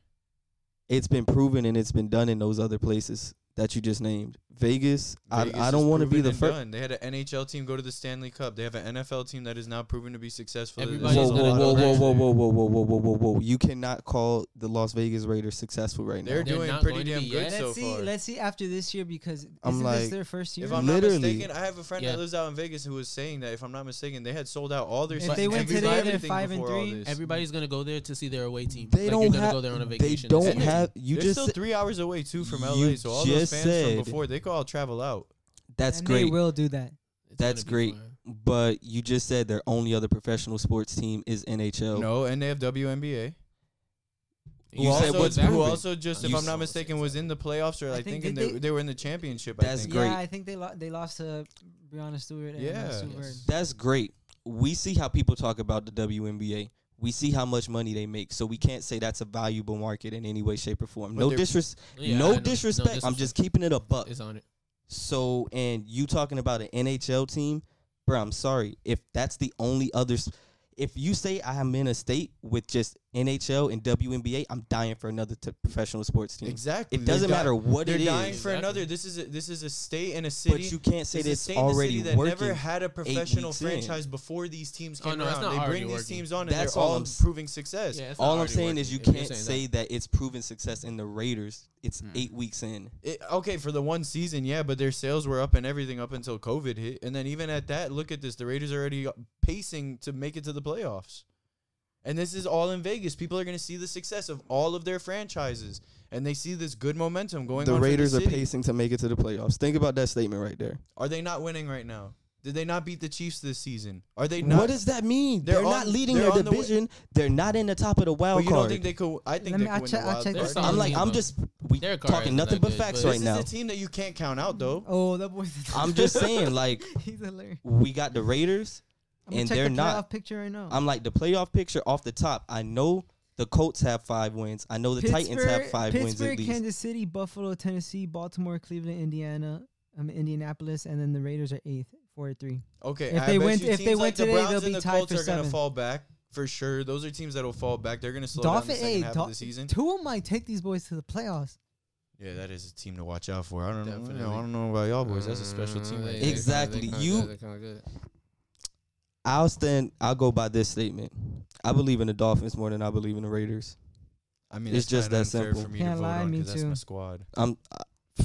S3: It's been proven and it's been done in those other places that you just named. Vegas,
S1: Vegas
S3: I I
S1: is
S3: don't want to be
S1: proven
S3: the
S1: and
S3: first.
S1: done. They had an NHL team go to the Stanley Cup. They have an NFL team that is now proven to be successful. There's
S4: Everybody's
S3: whoa,
S1: a
S4: gonna
S3: whoa,
S1: lot
S4: go
S3: whoa,
S1: of
S3: whoa,
S1: players
S3: whoa,
S1: there.
S3: whoa, whoa, whoa, whoa, whoa, whoa, whoa! You cannot call the Las Vegas Raiders successful right
S1: They're
S3: now.
S4: They're
S1: doing
S4: not
S1: pretty
S4: going to
S1: damn
S4: be
S1: good
S4: yet.
S1: so
S2: Let's see.
S1: far.
S2: Let's see after this year because isn't
S3: I'm
S2: this
S3: like-
S2: their first year?
S1: if I'm
S3: Literally.
S1: not mistaken, I have a friend
S4: Yeah.
S1: that lives out in Vegas who was saying that if I'm not mistaken, they had sold out all their.
S2: If
S1: seats
S4: they
S1: and
S4: went today,
S1: everything
S4: they're
S1: before
S2: five and
S1: all
S2: three.
S1: this.
S4: Everybody's gonna go there to see their away team.
S3: They
S4: like,
S3: don't
S4: you're gonna
S3: have-
S4: go there on a
S3: They
S4: vacation. to see
S3: don't
S4: your
S3: have.
S4: team.
S3: You
S1: They're
S3: just
S1: still
S3: said-
S1: three hours away too from
S3: you
S1: LA, so all those
S3: just
S1: fans
S3: said-
S1: from before they could all travel out.
S3: that's
S2: and They
S3: great,
S2: will do that.
S4: It's
S3: That's
S4: gonna be
S3: great.
S4: fun.
S3: but you just said their only other professional sports team is NHL.
S1: No, and they have WNBA.
S3: You
S1: who
S3: said
S1: also,
S3: what's
S1: who
S3: proven.
S1: also just, if
S3: You
S1: I'm
S4: said-
S1: not mistaken, was in the playoffs or
S2: I
S1: I, think,
S2: think they-
S1: and they,
S2: they-
S1: they were in the championship. I
S3: That's
S1: think.
S3: great.
S2: Yeah, I think they lo- they lost to Brianna Stewart and yeah.
S1: Yeah.
S2: Sue Bird.
S4: Yes.
S3: That's great. We see how people talk about the WNBA. We see how much money they make, so we can't say that's a valuable market in any way, shape, or form.
S1: But
S3: No
S1: they're-
S3: disres,
S4: Yeah, I
S3: no
S4: know.
S3: disrespect. I'm just keeping it a buck.
S4: It's on it.
S3: So, and you talking about an NHL team, bro? I'm sorry if that's the only other. s- If you say I'm in a state with just NHL and WNBA, I'm dying for another t- professional sports team.
S1: Exactly.
S3: It
S1: They're
S3: doesn't
S1: di-
S3: matter what
S1: They're
S3: it
S1: dying
S3: is,
S1: for
S4: Exactly.
S1: another. This is a, this is a state and a city.
S3: but you can't say
S1: It's a
S3: that's
S1: state and a
S3: already
S1: city that
S3: working.
S1: never had a professional
S3: weeks in.
S1: franchise before these teams
S4: Oh,
S1: came
S4: no, it's
S1: around.
S4: not
S1: They
S4: already
S1: bring these
S4: working.
S1: teams on, and
S3: That's
S1: they're
S3: all
S1: all
S3: I'm s-
S1: proving success.
S4: Yeah, it's not
S3: All I'm
S4: already
S3: saying
S4: working,
S3: is you
S4: if you're
S3: can't
S4: saying
S3: say that. it's proven success in the Raiders. It's
S1: Hmm.
S4: Mm.
S3: eight weeks in.
S1: It, okay, for the one season, yeah, but their sales were up and everything up until COVID hit, and then even at that, look at this: the Raiders are already pacing to make it to the playoffs, and this is all in Vegas. People are going to see the success of all of their franchises, and they see this good momentum going.
S3: The
S1: on for
S3: Raiders
S1: the
S3: are
S1: city.
S3: pacing to make it to the playoffs. Think about that statement right there.
S1: Are they not winning right now? Did they not beat the Chiefs this season? Are they not?
S3: What does that mean? They're,
S1: They're
S3: not
S1: on-
S3: leading
S1: they're
S3: their
S1: on the way-
S3: division. they're not in the top of the
S1: but
S3: wild
S1: you don't
S3: card.
S1: think they could? I think they
S2: Let me-
S1: could
S2: I
S1: win
S2: check-
S1: the
S2: I
S1: wild
S2: check
S1: card.
S4: this
S3: I'm
S4: Solid
S3: like,
S4: team,
S3: I'm
S4: though.
S3: just we
S4: Their card
S3: talking
S4: isn't
S3: nothing
S4: that
S3: but
S4: good,
S3: facts
S4: but-
S3: right
S1: this
S3: now.
S1: is a team that you can't count out, though.
S2: Oh, that boy.
S3: I'm just saying, like,
S2: He's hilarious.
S3: we got the Raiders.
S2: I'm gonna
S3: And
S2: check
S3: they're
S2: the
S3: not-
S2: playoff picture right now.
S3: I'm like the playoff picture off the top. I know the Colts have five wins. I know the Titans have five wins
S2: Pittsburgh,
S3: at least.
S2: Kansas City, Buffalo, Tennessee, Baltimore, Cleveland, Indiana, um, Indianapolis, and then the Raiders are eighth, four and three.
S1: Okay,
S2: If
S1: I
S2: they
S1: bet
S2: win-
S1: you
S2: if they
S1: teams
S2: win
S1: like
S2: today,
S1: the Browns
S2: they'll
S1: and
S2: be
S1: the
S2: tied
S1: Colts
S2: for
S1: are going
S2: seven.
S1: to fall back for sure. Those are teams that'll fall back. They're going to slow down
S2: Dolphin,
S1: the second
S2: hey,
S1: half
S2: Dol-
S1: of the season.
S2: two of them might take these boys to the playoffs.
S1: Yeah, that is a team to watch out for. I don't know. you know,
S4: Definitely.
S1: I don't know about y'all boys. That's a special team. Right
S4: Uh, yeah,
S1: there.
S4: they're
S3: Exactly.
S4: kinda- they're
S3: You-
S4: kinda good, they're kinda good.
S3: I'll stand. I'll go by this statement. I believe in the Dolphins more than I believe in the Raiders.
S1: I mean,
S3: It's
S1: that's
S3: just
S1: kinda
S3: that
S1: unfair
S3: simple.
S1: For me
S2: Can't
S1: to vote
S2: lie,
S1: on
S2: me
S1: 'cause That's my
S2: too.
S1: squad.
S3: I'm I-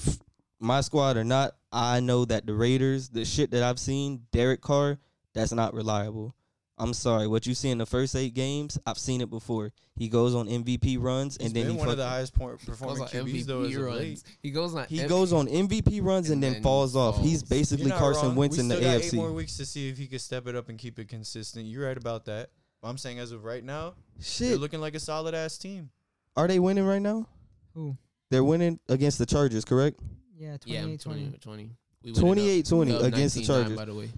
S3: my squad or not. I know that the Raiders, the shit that I've seen, Derek Carr, that's not reliable. I'm sorry. What you see in the first eight games, I've seen it before. He goes on MVP runs
S1: He's
S3: and then
S1: been
S3: he
S1: one of the
S3: fucking-
S1: highest point
S4: Goes
S1: performing
S4: on
S1: QBs though. As
S4: MVP
S1: of late.
S4: runs. He goes on.
S3: he
S4: M-
S3: goes on MVP runs and,
S4: and
S3: then,
S4: then
S3: falls off. He's
S4: falls.
S1: You're
S3: basically
S1: not
S3: Carson
S1: wrong.
S3: Wentz
S1: we
S3: in the
S1: still Got eight more
S3: AFC.
S1: weeks to see if he can step it up and keep it consistent. You're right about that. I'm saying as of right now, they're
S3: Shit,
S1: looking like a solid ass team.
S3: are they winning right now?
S2: Who?
S3: They're winning against the Chargers, correct?
S2: Yeah,
S4: Yeah,
S2: 28 20.
S4: 20. 20. We went it up.
S3: 28-20
S4: Up
S3: against the
S4: 19-9,
S3: Chargers.
S4: By the way,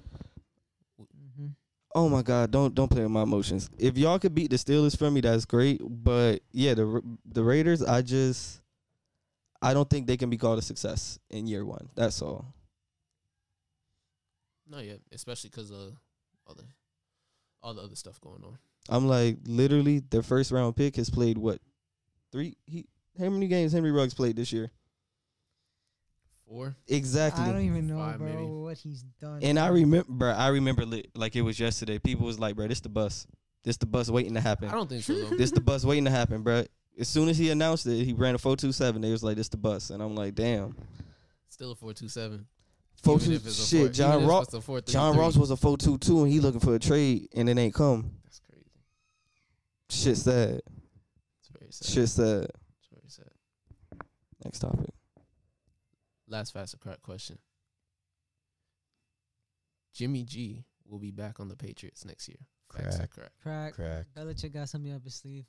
S2: hmm
S3: Oh my God! Don't don't play with my emotions. If y'all could beat the Steelers for me, that's great. But yeah, the Ra- the Raiders, I just I don't think they can be called a success in year one. That's all.
S4: not yet, especially because of all the all the other stuff going on.
S3: I'm like literally their first round pick has played what three? He how many games Henry Ruggs played this year?
S4: Four.
S3: Exactly.
S2: I don't even know,
S4: Five,
S2: bro,
S4: maybe.
S2: what he's done.
S3: and I remember, I remember lit, like it was yesterday. People was like, "Bro, this the bus. This the bus waiting to happen.
S4: I don't think so. Though.
S3: this the bus waiting to happen, bro." As soon as he announced it, he ran a four two seven. They was like, "This the bus," and I'm like, "Damn."
S4: Still a four two seven.
S3: Four two shit. John Ross. John Ross was a four two two, and he looking for a trade, and it ain't come.
S4: That's crazy.
S3: Shit sad.
S4: It's very sad.
S3: Shit sad.
S4: It's very sad.
S3: Next topic.
S4: Last fast and crack question. Jimmy G will be back on the Patriots next year. Facts or
S1: Crack.
S4: crack.
S2: Crack.
S1: Crack.
S2: Belichick got something up his sleeve.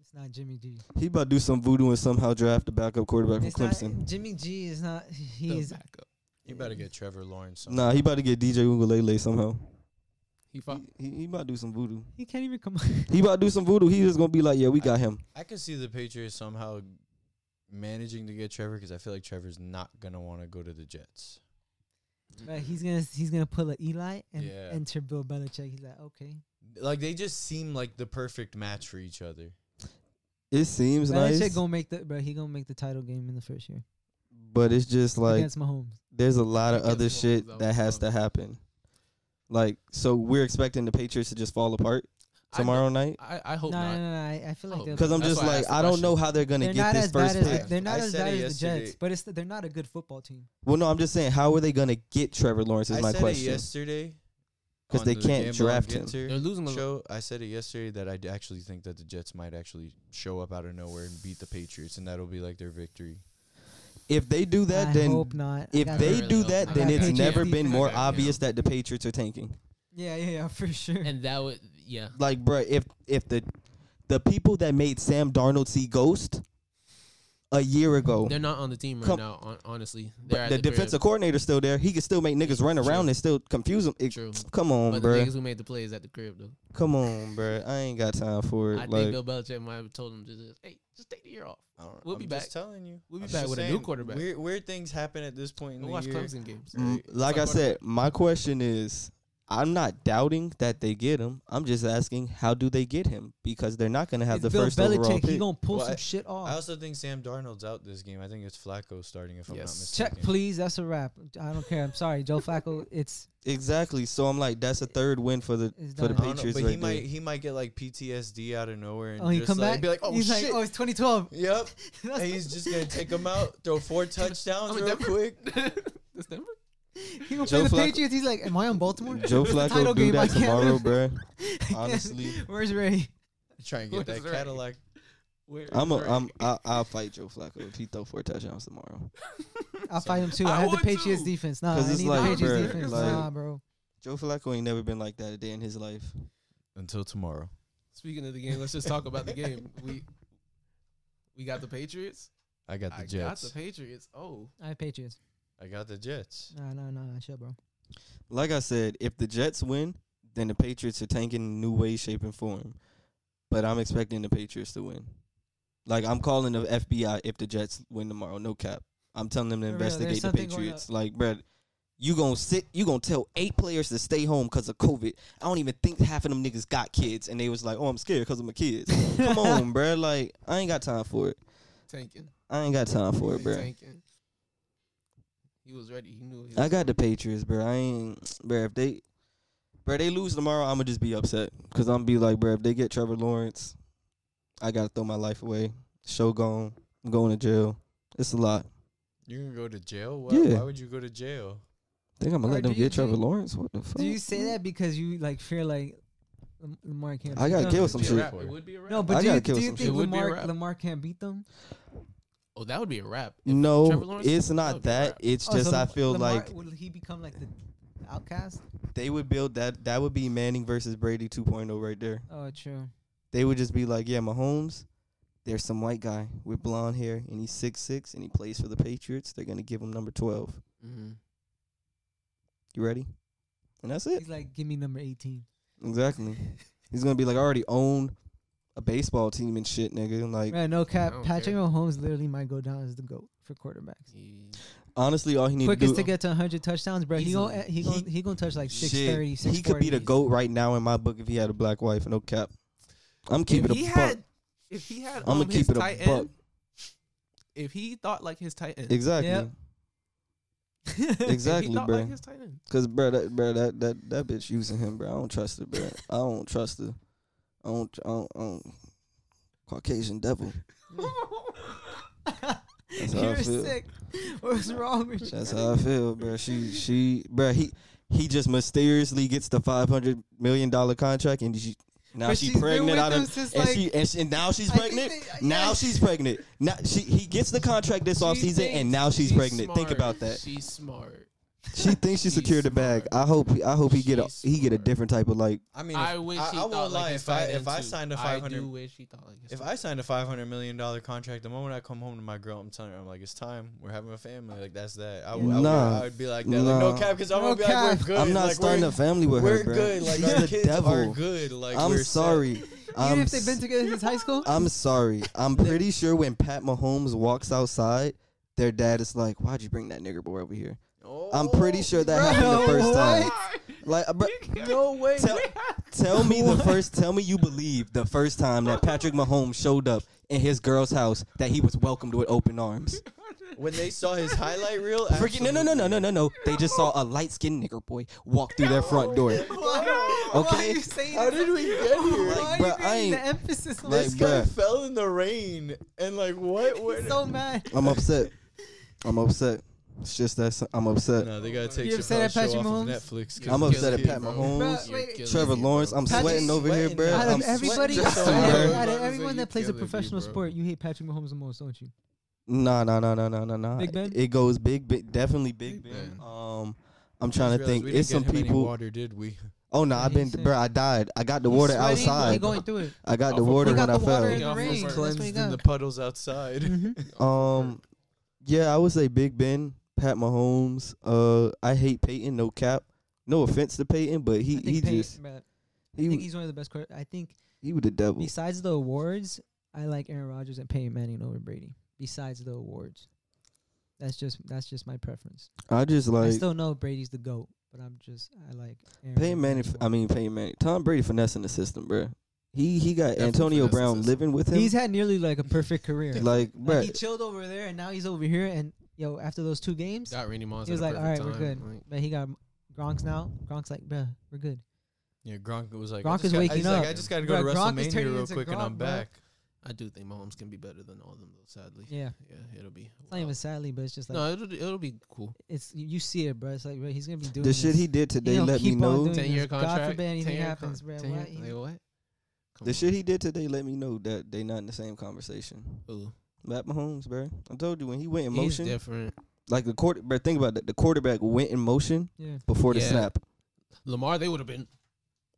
S2: It's not Jimmy G.
S3: He about to do some voodoo and somehow draft the backup quarterback from
S2: It's not,
S3: Clemson.
S2: Jimmy G is not. He
S4: The
S2: is.
S4: backup.
S1: You better get Trevor Lawrence. on.
S3: Nah, he about to get DJ Ungulele somehow.
S4: He fought.
S3: He, he, he about to do some voodoo.
S2: He can't even come.
S3: He about to do some voodoo. He just gonna be like, yeah, we got him.
S1: I can see the Patriots somehow managing to get Trevor because I feel like Trevor's not gonna want to go to the Jets.
S2: Right, he's gonna he's gonna pull a Eli and
S1: Yeah.
S2: enter Bill Belichick. He's like, okay.
S1: Like they just seem like the perfect match for each other.
S3: It seems
S2: Belichick
S3: nice,
S2: gonna make the bro. He gonna make the title game in the first year
S3: but it's just like
S2: against Mahomes.
S3: there's a lot of
S4: Against
S3: other
S4: Mahomes,
S3: shit
S4: that was
S3: that has
S4: tough.
S3: to happen. Like, so we're expecting the Patriots to just fall apart
S4: I
S3: tomorrow
S4: don't-
S3: night.
S4: I, I
S2: No,
S4: hope
S2: no,
S4: not.
S2: no, no. I, I feel like
S4: Oh,
S2: they'll
S3: Because I'm
S2: be-
S4: That's
S3: just
S4: why I
S3: like,
S4: asked the
S3: I don't
S4: question.
S3: know how they're gonna
S2: they're
S3: get
S2: not
S3: this
S2: as bad
S3: first
S2: as
S3: pick.
S2: the, they're not
S1: I
S2: as
S1: said
S2: bad
S1: it
S2: as the
S1: yesterday.
S2: Jets, but it's the, they're not a good football team.
S3: Well, no, I'm just saying, how are they gonna get Trevor Lawrence? Is
S1: I
S3: my
S1: said it
S3: question.
S1: yesterday
S3: 'Cause
S1: on
S3: they
S1: the
S3: can't
S1: Gamble and
S3: draft him.
S1: Ginter
S4: They're losing. the
S1: Show I said it yesterday that I d- actually think that the Jets might actually show up out of nowhere and beat the Patriots, and that'll be like their victory.
S3: If they do that,
S2: I
S3: then
S2: hope not. I
S3: if
S2: got
S3: they
S4: really
S2: the-
S3: do
S4: hope
S3: that,
S4: not.
S3: then
S2: I
S3: it's
S2: got
S3: never
S2: Patriots
S3: been more
S4: defense.
S3: obvious that the Patriots are tanking.
S2: yeah, yeah, yeah, for sure.
S4: And that would yeah.
S3: Like, bruh, if if the the people that made Sam Darnold see ghost a year ago,
S4: They're not on the team right
S3: Come-
S4: now. hon- Honestly,
S3: but
S4: they're at
S3: the
S4: very-
S3: defensive coordinator's still there. He can still make niggas run around
S4: True.
S3: and still confuse them. It-
S4: True.
S3: Come on,
S4: But the
S3: bro.
S4: niggas who made the plays at the crib though.
S3: Come on, bro. I ain't got time for it.
S4: I
S3: like,
S4: think Bill Belichick might have told him just hey, just take the year off.
S1: I don't,
S4: We'll
S1: I'm
S4: be
S1: just
S4: back.
S1: telling you,
S4: We'll be
S1: I'm
S4: back
S1: just
S4: with a new
S1: saying,
S4: quarterback.
S1: Weird, weird things happen at this point in
S4: Go
S1: the
S4: watch
S1: year.
S4: Clemson games.
S3: Mm,
S1: Right.
S3: like I said, my question is I'm not doubting that they get him. I'm just asking how do they get him because they're not going to have
S2: It's
S3: the
S2: Bill
S3: first overall
S2: Belichick, he
S3: pick.
S2: gonna pull
S1: Well,
S2: some
S1: I-
S2: shit off.
S1: I also think Sam Darnold's out this game. I think it's Flacco starting, if I'm not
S4: Yes.
S1: mistaken.
S2: Check, please. That's a wrap. I don't care. I'm sorry, Joe Flacco. It's
S3: Exactly. So I'm like that's a third win for the
S2: It's
S1: I
S3: for the
S1: don't know,
S3: Patriots
S1: but
S3: right
S1: he might
S3: there.
S1: he might get like PTSD out of nowhere and
S2: oh, he
S1: just
S2: come
S1: like,
S2: back.
S1: be like, oh
S2: he's
S1: shit,
S2: like, oh, it's 2012.
S1: yep.
S2: That's-
S1: and he's just gonna take him out, throw four touchdowns
S4: I'm a
S1: real
S4: Denver-
S1: quick.
S4: This Denver?
S2: He gonna
S3: Joe
S2: play the
S3: Flacco-
S2: Patriots. He's like, am I on Baltimore?
S3: Joe
S2: It's the
S3: Flacco
S2: title
S3: do
S2: game, I
S3: that
S2: can't
S3: tomorrow,
S2: lose.
S3: bro.
S2: I can't-
S3: Honestly.
S2: Where's Ray?
S1: Try and get
S4: What is
S1: that
S4: right?
S1: Cadillac.
S4: Where
S3: I'm a,
S4: is
S3: I'm
S4: Ray?
S3: I, I'll fight Joe Flacco if he throw four touchdowns tomorrow.
S2: I'll fight him too.
S4: I
S2: I, have the
S4: would too.
S2: Patriots defense. Nah, I
S3: 'Cause it's
S2: need
S3: like,
S2: the Patriots
S4: bruh,
S2: defense.
S4: like-
S2: nah, bro.
S3: Joe Flacco ain't never been like that a day in his life.
S1: Until tomorrow.
S4: Speaking of the game, let's just talk about the game. We we got the Patriots.
S1: I got the
S4: I got
S1: Jets.
S4: the Patriots. Oh,
S2: I have Patriots.
S1: I got the Jets.
S2: Nah, nah, nah, nah. Shut, bro.
S3: Like I said, if the Jets win, then the Patriots are tanking in new way, shape, and form. But I'm expecting the Patriots to win. Like I'm calling the FBI if the Jets win tomorrow. No cap. I'm telling them to
S2: For real, there's
S3: investigate the
S2: something going
S3: Patriots. Like, bruh, you gonna sit? You gonna tell eight players to stay home because of COVID? I don't even think half of them niggas got kids, and they was like, "Oh, I'm scared because of my kids." Come on, bruh. Like, I ain't got time for it.
S4: tanking.
S3: I ain't got time for it,
S4: They
S3: bruh.
S4: Tanking. He was ready. He knew. He
S3: I got the Patriots, bro. I ain't, bro. If they, bro, they lose tomorrow, I'm gonna just be upset because I'm gonna be like, bro, if they get Trevor Lawrence, I gotta throw my life away. Show gone. I'm going to jail. It's a lot.
S1: You're gonna go to jail? Why,
S3: Yeah.
S1: why would you go to jail?
S3: think I'm gonna
S2: Or
S3: let them
S2: do you
S3: get Trevor
S2: think-
S3: Lawrence. What the fuck?
S2: Do you say that because you like fear like Lam- Lamar can't?
S3: I
S2: beat
S3: gotta
S2: them?
S3: kill some
S1: Yeah,
S3: shit.
S1: rap.
S4: It would be a rap.
S2: No, but
S3: I
S2: do
S3: gotta
S2: you,
S3: kill
S2: do you
S3: some
S2: think
S4: shit. It would be a
S2: Lamar
S4: rap.
S2: Lamar can't beat them?
S4: oh, that would be a rap.
S3: Mm.
S4: If Trevor
S3: No,
S4: Lawrence-
S3: it's
S4: Oh,
S3: not that.
S4: crap.
S3: It's
S2: Oh,
S3: just
S2: so
S3: I feel
S2: Lamar-
S3: like
S2: will he become like the outcast?
S3: they would build that. That would be Manning versus Brady 2.0 right there.
S2: Oh, true.
S3: They would just be like, yeah, Mahomes. There's some white guy with blonde hair, and he's six six, and he plays for the Patriots. They're gonna give him number twelve.
S4: Mhm.
S3: You ready? And that's it.
S2: He's like, give me number eighteen.
S3: Exactly. He's gonna be like, I already own a baseball team and shit, nigga. Like,
S2: Man, no cap.
S4: don't
S2: Patrick
S4: care.
S2: Mahomes literally might go down as the goat for quarterbacks.
S4: He-
S3: honestly, all he needs to do
S2: Quickest to get to 100 touchdowns, bro. He gonna,
S4: Easily.
S2: he gonna
S3: He-
S2: he gonna touch like
S3: Shit,
S2: 630, 640.
S3: He could be the goat right now in my book if he had a black wife. No cap. I'm keeping
S4: if
S3: a
S4: he
S3: buck.
S4: had, if he had,
S3: I'ma
S4: um,
S3: keep
S4: his
S3: it a
S4: tight
S3: buck.
S4: end, if he thought like his tight end,
S3: Exactly.
S2: Yep.
S4: if
S3: Exactly,
S4: he thought
S3: bro.
S4: like his tight end.
S3: Cause bro, that bro, that that that bitch using him, bro. I don't trust her, bro. I don't trust her. I don't. I don't. I don't. Caucasian devil. That's how I
S2: You're
S3: feel.
S2: sick. What's wrong with you?
S3: That's how I feel, bro. She she bro. He he just mysteriously gets the five hundred million dollar contract, and she now
S2: But
S3: she
S2: she's been with
S3: pregnant out
S2: him
S3: of
S2: since,
S3: and
S2: like-
S3: she and, she, and now she's
S2: I think
S3: pregnant.
S2: they-
S3: now
S2: yeah.
S3: she's pregnant. Now she he gets the contract this
S4: She
S3: offseason,
S4: thinks
S3: and now Oh, she's, pregnant. Think
S4: smart.
S3: about that.
S4: She's smart.
S3: She thinks she
S4: She's
S3: secured the bag.
S4: smart.
S3: I hope he- I hope he get a
S4: She's
S3: he get a
S4: smart.
S3: different type of like.
S1: I mean,
S4: I
S1: if-
S4: wish
S1: I,
S4: he
S1: I
S4: thought
S1: won't
S4: like
S1: lie.
S4: his
S1: If I
S4: tight
S1: if
S4: end,
S1: I
S4: too.
S1: signed a
S4: I
S1: five
S4: do
S1: hundred,
S4: wish he thought like his
S1: if
S4: tight
S1: I signed a five hundred million dollar contract, the moment I come home to my girl, I'm telling her, I'm like, it's time. We're having a family. Like that's that. I would, I would,
S3: Nah.
S1: I would be like that. Like, no
S3: Nah.
S1: cap, because I'm
S2: No
S1: gonna be like,
S2: cap.
S1: we're good.
S3: I'm not
S1: like,
S3: starting
S1: we're,
S3: a family with
S1: We're
S3: her, bro.
S1: good. Like
S3: She's
S1: our
S3: the
S1: kids are
S3: devil.
S1: good. Like
S3: I'm
S1: we're set.
S3: sorry.
S2: Even
S3: I'm,
S2: if they've been together since high school,
S3: am sorry. I'm pretty sure when Pat Mahomes walks outside, their dad is like, "Why'd you bring that nigger boy over here?" I'm
S1: Oh,
S3: pretty sure that
S2: Bro,
S3: happened the first
S2: what?
S3: time. Like, uh, bro,
S1: No way.
S3: tell, tell me the first. Tell me you believe the first time that Patrick Mahomes showed up in his girl's house that he was welcomed with open arms.
S1: When they saw his highlight reel,
S3: Freaking, no, no, no, no, no, no, no. They just saw a light skinned nigger boy walk through their front door.
S2: why, why are
S3: Okay.
S2: you saying
S1: How
S2: that?
S1: did we get here?
S2: Why
S3: Like,
S2: are
S3: bruh,
S2: you
S3: I
S2: putting the
S3: ain't-
S2: emphasis on
S3: Like,
S1: This guy
S3: bruh.
S1: fell in the rain and like what? what?
S2: He's so mad.
S3: I'm upset. I'm upset. It's just that si- I'm upset.
S1: No, they gotta take
S2: You
S1: your
S2: upset at
S1: show off
S2: Patrick
S1: of
S2: Mahomes?
S1: Netflix. 'cause
S3: I'm
S1: you're
S3: upset at
S1: killing
S3: Pat
S1: me, bro.
S3: Mahomes,
S2: Bruh, wait.
S4: You're
S3: Trevor
S4: killing me,
S3: Lawrence.
S4: bro.
S3: I'm
S2: Patrick-
S3: sweating over here,
S1: sweating,
S3: bro.
S1: bro.
S2: Out
S3: I'm
S2: of
S1: sweating
S2: everybody,
S1: just
S2: out
S1: so
S2: of,
S1: hard.
S2: out of
S1: You're
S2: everyone that plays a
S1: killing me,
S2: professional
S1: bro.
S2: sport, you hate Patrick Mahomes the most, don't you?
S3: No, no, no, no, no, no, no.
S2: Big Ben?
S3: It goes big, big, definitely Big,
S1: Big
S3: Ben.
S1: Ben.
S3: Um, I'm
S1: Just
S3: trying to
S1: realized
S3: think.
S1: we didn't
S3: It's
S1: get
S3: some
S1: him any
S3: people.
S1: water, did we?
S3: Oh no,
S2: Yeah,
S3: I've
S2: he
S3: been,
S2: said-
S3: bro. I died. I got the water
S2: Sweating, he
S3: outside.
S2: going through it.
S3: I got
S4: Off
S3: the
S4: of
S3: water
S2: He got
S3: when I
S2: the water in
S3: fell.
S2: the
S4: Off of
S2: rain. That's what
S1: Cleansed
S2: he
S1: in the
S2: got.
S1: puddles outside.
S2: Mhm.
S3: Um, yeah, I would say Big Ben, Pat Mahomes. Uh, I hate Peyton. No cap. No offense to Peyton, but he
S2: I think
S3: he
S2: Peyton-
S3: just
S2: bruh, I think
S3: he
S2: he's one of the best. Court- I think
S3: he was the devil.
S2: besides the awards, I like Aaron Rodgers and Peyton Manning over Brady. Besides the awards, that's just that's just my preference.
S3: I just
S2: I
S3: like
S2: still know Brady's the goat, but I'm just I like Aaron
S3: Peyton Manning.
S2: Rodgers
S3: f-
S2: more.
S3: I mean Peyton Manning. Tom Brady finessing the system, bro. He he got
S4: Definitely
S3: Antonio
S4: finessed the
S3: Brown
S4: system.
S3: living with him.
S2: he's had nearly like a perfect career. like,
S3: like, bro,
S2: he chilled over there, and now he's over here. And yo, after those two games,
S4: Got Randy Moss.
S2: he was
S4: at
S2: like,
S4: the
S2: "All right,
S4: perfect
S2: we're
S4: time."
S2: good."
S4: Like,
S2: But he got Gronk's now. Gronk's like, bruh, we're good.
S1: Yeah, Gronk was like, I
S2: Gronk
S1: just
S2: is
S1: got-
S2: waking
S1: he's
S2: up.
S1: Like, I just gotta go
S2: Bro,
S1: to
S2: Gronk is turning
S1: WrestleMania real
S2: into
S1: quick, and
S2: Gronk,
S1: I'm
S2: bro.
S1: back.
S4: I do think Mahomes can be better than all of them, though. Sadly,
S2: Yeah,
S4: yeah, it'll be.
S2: it's not even sadly, but it's just like
S4: no, it'll it'll be cool.
S2: it's you you see it, bruh. It's like bruh, he's gonna be doing
S3: the shit
S2: this.
S3: he did today
S2: gonna
S3: let me
S2: keep on
S3: know.
S2: doing-
S4: Ten year
S2: this. God
S4: contract.
S2: forbid anything
S4: 10-year
S2: happens,
S4: con-
S2: bro.
S4: 10-year
S2: Why even-
S4: like what? Come
S3: The
S4: on.
S3: shit he did today let me know that they not in the same conversation.
S4: Ooh,
S3: Matt Mahomes, bro. I told you when he went in
S4: he's
S3: motion,
S4: different.
S3: like the quarter. Bro, think about that. The quarterback went in motion
S2: Yeah.
S3: before the
S4: Yeah.
S3: snap.
S4: Lamar, they would have been.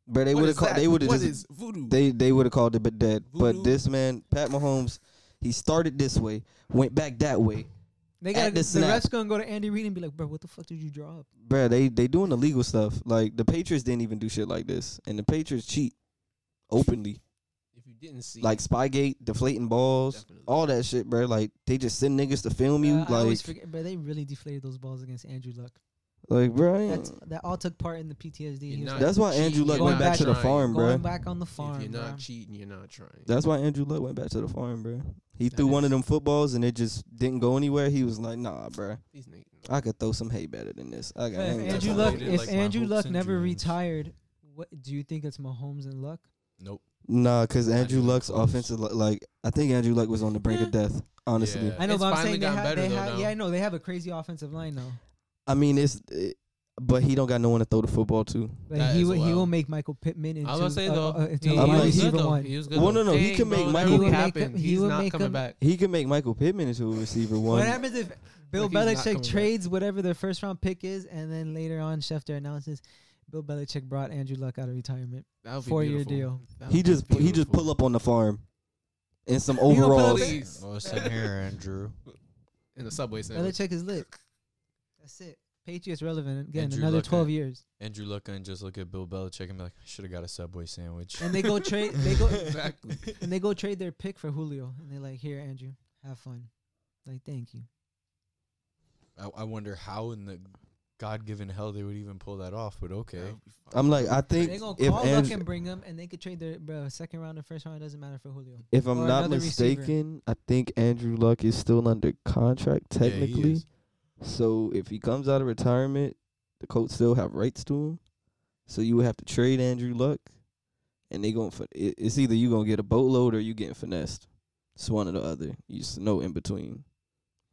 S3: Bro, they
S4: what
S3: would
S4: is
S3: have called.
S4: that?
S3: They would have
S4: What
S3: just.
S4: is voodoo.
S3: They they would have called it but dead. But
S4: Voodoo.
S3: this man, Pat Mahomes, he started this way, went back that way.
S2: They got
S3: At
S2: the,
S3: the
S2: the
S3: snap.
S2: refs gonna go to Andy Reid and be like, bro, what the fuck did you draw up?
S3: Bruh, they they doing illegal stuff. Like the Patriots didn't even do shit like this, and the Patriots cheat openly,
S4: if you didn't see,
S3: like Spygate, deflating balls,
S4: Definitely.
S3: all that shit, bruh. Like they just send niggas to film
S2: Bruh,
S3: you,
S2: I always
S3: like
S2: forget, but they really deflated those balls against Andrew Luck.
S3: like bruh. I
S2: That's
S3: ain't-
S2: that all took part in the PTSD.
S4: You're
S2: He was
S4: not
S2: like,
S3: That's why Andrew Luck
S4: cheating,
S2: went
S4: you're
S2: back
S4: not
S2: to
S3: the
S4: trying.
S3: farm,
S2: going
S3: bruh.
S2: back on the farm.
S4: If you're
S2: bruh.
S4: not cheating, you're not trying.
S3: That's why Andrew Luck went back to the farm, bruh. He
S4: That
S3: threw one of
S4: is-
S3: them footballs and it just didn't go anywhere. He was like, nah, bruh.
S4: These niggas.
S3: I could throw some hay better than this. I got
S2: But if
S1: think
S3: hang
S1: that's
S2: Andrew
S1: why
S2: Luck,
S1: they did,
S2: if
S1: like, my
S2: Andrew
S1: hopes
S2: Luck
S1: and
S2: never
S1: dreams.
S2: retired, what do you think it's Mahomes and Luck?
S1: Nope.
S3: Nah, because Andrew
S4: even
S3: Luck's
S4: close.
S3: offensive, li- like I think Andrew Luck was on the brink of death. Honestly,
S1: Yeah.
S2: I know,
S4: It's
S2: but I'm
S4: finally
S2: saying they
S4: gotten
S2: have,
S4: better
S2: they
S4: though
S2: have-
S4: now.
S2: yeah, I know they have a crazy offensive line though.
S3: I mean it's, it, but he don't got no one to throw the football to.
S2: But
S4: That
S2: he
S4: is
S2: will, he will
S4: wild.
S2: make Michael Pittman into
S4: I was gonna say
S2: uh,
S4: though,
S2: uh, into
S4: he,
S2: a
S3: I'm
S2: wide
S3: like,
S4: was
S3: he
S4: good,
S2: receiver
S4: though.
S2: one.
S4: He was good.
S3: Well,
S4: though.
S3: no, no, he
S4: Dang,
S3: can make
S4: bro, that
S3: Michael-
S4: would
S2: He would make
S4: happen.
S2: him- he
S4: He's
S2: would
S4: not
S2: make
S4: coming
S2: him-
S4: back.
S3: He could make Michael Pittman into a receiver
S2: What
S3: one.
S2: happens if Bill
S4: Like, he's not coming
S2: Belichick
S4: back.
S2: trades whatever their first round pick is, and then later on Schefter announces Bill Belichick brought Andrew Luck out of retirement,
S4: That would be
S2: four year
S4: beautiful.
S2: deal.
S4: That
S3: He
S4: would be
S3: just he just
S4: beautiful.
S3: pull up on the farm in some
S2: don't pull up
S3: overalls.
S2: in-
S4: Please.
S1: Listen here, Andrew.
S4: in the subway sandwich.
S2: Belichick is lit. That's it. Patriots relevant again.
S1: Andrew
S2: another
S1: Luck,
S2: twelve
S1: uh,
S2: years,
S1: Andrew Luck and just look at Bill Belichick and be like, I should have got a Subway sandwich.
S2: and they go trade. They go
S4: Exactly.
S2: and they go trade their pick for Julio, and they're like, "Here, Andrew, have fun." Like, thank you.
S1: I, I wonder how in the God-given hell they would even pull that off, but okay.
S4: That would be fun.
S3: I'm like, I
S2: They're
S3: think
S2: gonna
S3: if
S2: call Luck
S3: Andrew,
S2: and bring him, and they could trade their bro, second round and first round. It doesn't matter for Julio.
S3: if I'm
S2: or
S3: not
S2: another receiver.
S3: mistaken, I think Andrew Luck is still under contract
S1: Yeah, he
S3: technically.
S1: is.
S3: So if he comes out of retirement, the Colts still have rights to him. So you would have to trade Andrew Luck, and they going for it, it's either you gonna get a boatload or you getting finessed. It's one or the other. You just no in between.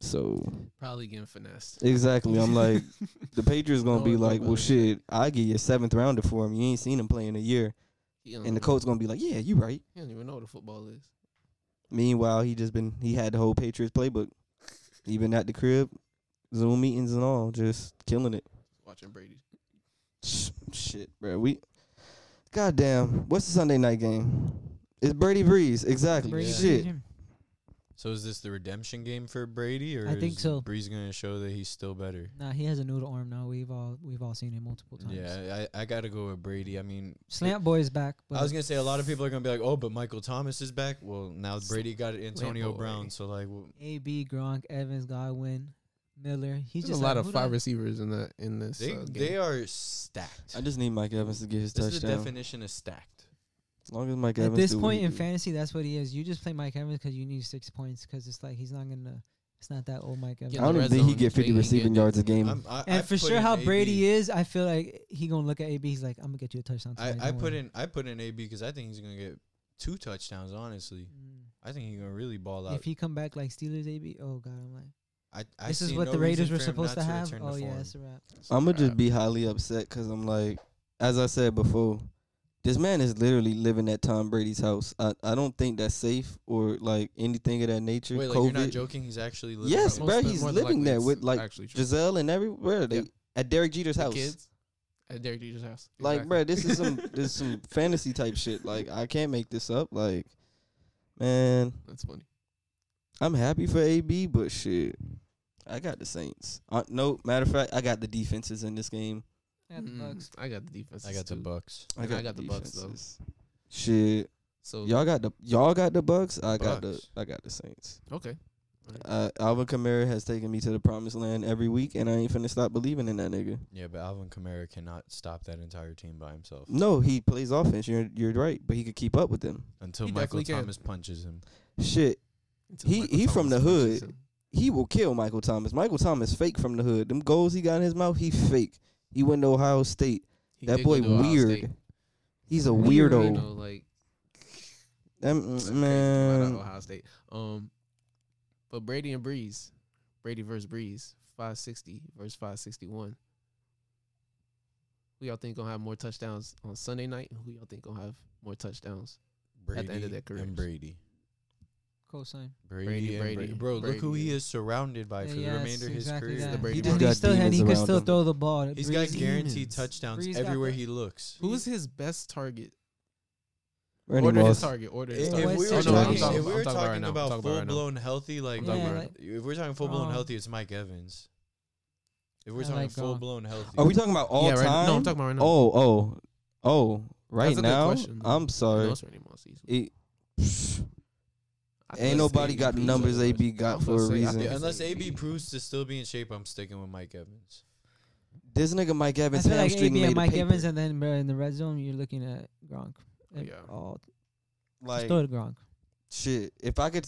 S3: So
S4: Probably getting finessed.
S3: exactly, I'm like the Patriots gonna
S4: No
S3: be
S4: in
S3: like, well,
S4: between.
S3: shit, I get you a seventh rounder for him. You ain't seen him play in a year,
S4: He don't
S3: and the
S4: know-
S3: Colts gonna be like, yeah, you right.
S4: He don't even know what a football is.
S3: Meanwhile, he just been he had the whole Patriots playbook, even at the crib, Zoom meetings and all, just killing it.
S4: Watching Brady.
S3: Sh- Shit, bro. We, goddamn. What's the Sunday night game? It's Brady Breeze. Exactly.
S2: Brady
S1: Yeah.
S3: Shit.
S2: Jr.
S1: So is this the redemption game for Brady, or
S2: I think
S1: is
S2: so.
S1: Breeze gonna show that he's still better?
S2: Nah, he has a noodle arm now. We've all we've all seen him multiple times.
S1: Yeah, I, I gotta go with Brady. I mean,
S2: Slant boy is back. But
S1: I was gonna say a lot of people are gonna be like, "Oh, but Michael Thomas is back." Well, now
S4: Slant
S1: Brady got Antonio
S4: boy.
S1: Brown, so like, w
S2: AB, Gronk, Evans, Godwin, Miller. He's
S4: There's
S2: just
S4: a lot
S2: like,
S4: of
S2: who
S4: five
S2: do I-
S4: receivers in that in this.
S1: they
S4: uh, game.
S1: they are stacked.
S3: I just need Mike Evans to get his
S1: This is the
S3: touchdown.
S1: definition of stacked.
S3: as long as Mike
S2: At
S3: Evans.
S2: this
S3: do what
S2: point
S3: he
S2: in
S3: do.
S2: fantasy, that's what he is. You just play Mike Evans because you need six points because it's like he's not gonna. It's not that old Mike Evans.
S3: I don't
S4: the
S3: even
S4: red
S3: think he
S4: zone,
S3: get
S4: they-
S3: fifty
S4: he
S3: receiving
S4: get-
S3: yards a game.
S1: I'm, I,
S2: and
S1: I
S2: for
S1: put
S2: sure,
S1: in
S2: how
S1: AB.
S2: Brady is, I feel like he gonna look at AB. He's like, I'm gonna get you a touchdown.
S1: I,
S2: tonight,
S1: I
S2: don't
S1: put
S2: worry."
S1: in I put in AB because I think he's gonna get two touchdowns. Honestly, I think he's gonna really ball
S2: Mm. If
S1: out.
S2: he come back like Steelers AB, oh god, I'm like,
S1: I, I
S2: this is
S1: see
S2: what
S1: no
S2: the Raiders
S1: reason
S2: were
S1: for him
S2: supposed
S1: not
S2: to have.
S1: return to
S2: Oh yeah,
S1: form.
S2: it's a wrap.
S3: I'm gonna just
S4: Crap.
S3: be highly upset because I'm like, as I said before, this man is literally living at Tom Brady's house. I, I don't think that's safe or like anything of that nature.
S1: Wait, like you're
S3: COVID.
S1: not joking? He's actually living
S3: Yes,
S1: from-
S4: Most
S3: bruh,
S4: of-
S3: he's
S4: more than
S3: living
S4: likely
S3: there
S4: it's
S3: with, like,
S4: actually true.
S3: Giselle and everywhere they
S4: Yep.
S3: at Derek Jeter's
S4: The
S3: house.
S4: kids at Derek Jeter's house.
S3: Like,
S4: Exactly.
S3: bruh, this is some this is some fantasy type shit. Like, I can't make this up. Like, man,
S4: That's funny.
S3: I'm happy for AB, but shit, I got the Saints. Uh, no, matter of fact, I got the defenses in this game.
S2: Yeah, the
S4: Mm,
S2: Bucks.
S4: I got the defense.
S1: I got the
S4: too.
S1: Bucks.
S4: I got the Bucks, though.
S3: defenses. Shit,
S4: So
S3: y'all got the y'all got the Bucks. I got the
S1: Bucks.
S3: I got the Saints.
S4: okay.
S3: Uh, Alvin Kamara has taken me to the promised land every week, and I ain't finna stop believing in that nigga.
S1: Yeah, but Alvin Kamara cannot stop that entire team by himself
S3: No, he plays offense. You're you're right, but he could keep up with them.
S1: until
S4: He
S1: Michael
S4: definitely can.
S1: Thomas punches him.
S3: Shit,
S4: Until
S3: He-
S4: Michael
S3: he from
S4: Thomas
S3: the
S4: punches
S3: hood.
S4: him.
S3: he will kill Michael Thomas. Michael Thomas fake from the hood. Them goals he got in his mouth, he fake. He went to Ohio State.
S4: He
S3: that
S4: did go
S3: boy
S4: to Ohio State.
S3: weird. He's a
S2: Weird.
S4: You
S3: weirdo.
S4: know, like
S3: Them- mm,
S4: that's crazy about
S3: man.
S4: Ohio State. Um, but Brady and Breeze, Brady versus Breeze, five sixty versus five sixty one. Who y'all think gonna have more touchdowns on Sunday night? And who y'all think gonna have more touchdowns?
S1: Brady
S4: At the end of their careers.
S1: and Brady.
S2: Cosign.
S1: Brady,
S4: Brady,
S1: and
S4: Brady,
S1: Brady. Bro, look who he
S4: Brady.
S1: is surrounded by
S2: Yeah,
S1: for
S2: yes,
S1: the remainder of his
S2: exactly
S1: career.
S2: that.
S4: The Brady
S2: he
S4: Bunch.
S2: just, he
S3: He's got
S2: still had, he can
S3: demons
S2: still
S3: around him.
S2: throw the ball.
S1: He's got
S2: Breeze-
S1: guaranteed
S4: Demons.
S1: touchdowns
S2: Breeze got
S1: everywhere
S2: the-
S1: he looks.
S4: Who is his best target?
S3: Randy
S4: order
S3: Moss.
S4: his target. Order
S1: If,
S4: his
S1: if
S2: Oh,
S4: target.
S1: we
S2: it's-
S1: were
S2: oh, no, I'm
S1: talking,
S2: talking-
S1: if we
S4: I'm
S1: were
S4: talking
S1: talking,
S4: about right now. I'm
S1: about
S4: talking about
S1: full
S4: right now.
S1: blown healthy, like
S4: talking
S2: Yeah,
S4: about
S2: like,
S1: if we're talking full blown
S2: Gronk.
S1: healthy, it's Mike Evans. If we're
S2: I
S1: talking
S2: like uh, Gronk.
S1: full blown healthy,
S3: Are we talking about all
S4: yeah, right
S3: time?
S4: now. No, I'm talking about right now.
S3: Oh, oh, oh! Right
S4: That's a good
S3: now,
S4: question, though.
S3: I'm sorry.
S4: No, it's Randy Moss. He's-
S3: It-
S4: I
S3: ain't
S4: think
S3: nobody
S4: AB
S3: got the
S4: Breeze
S3: numbers
S4: over-
S3: AB got
S4: I'm
S3: for a
S4: gonna say, I
S3: reason.
S4: think-
S1: Yeah, unless
S4: It's
S1: AB
S4: AB.
S1: proves to still be in shape, I'm sticking with Mike Evans.
S3: This nigga Mike
S2: I
S3: Evans
S2: feel like
S3: hamstring
S2: AB and
S3: made
S2: Mike
S3: a paper.
S2: Evans, and then bro, in the red zone, you're looking at Gronk. And
S4: Oh, Yeah.
S2: all- just
S3: like
S2: throw to Gronk.
S3: shit. If I could,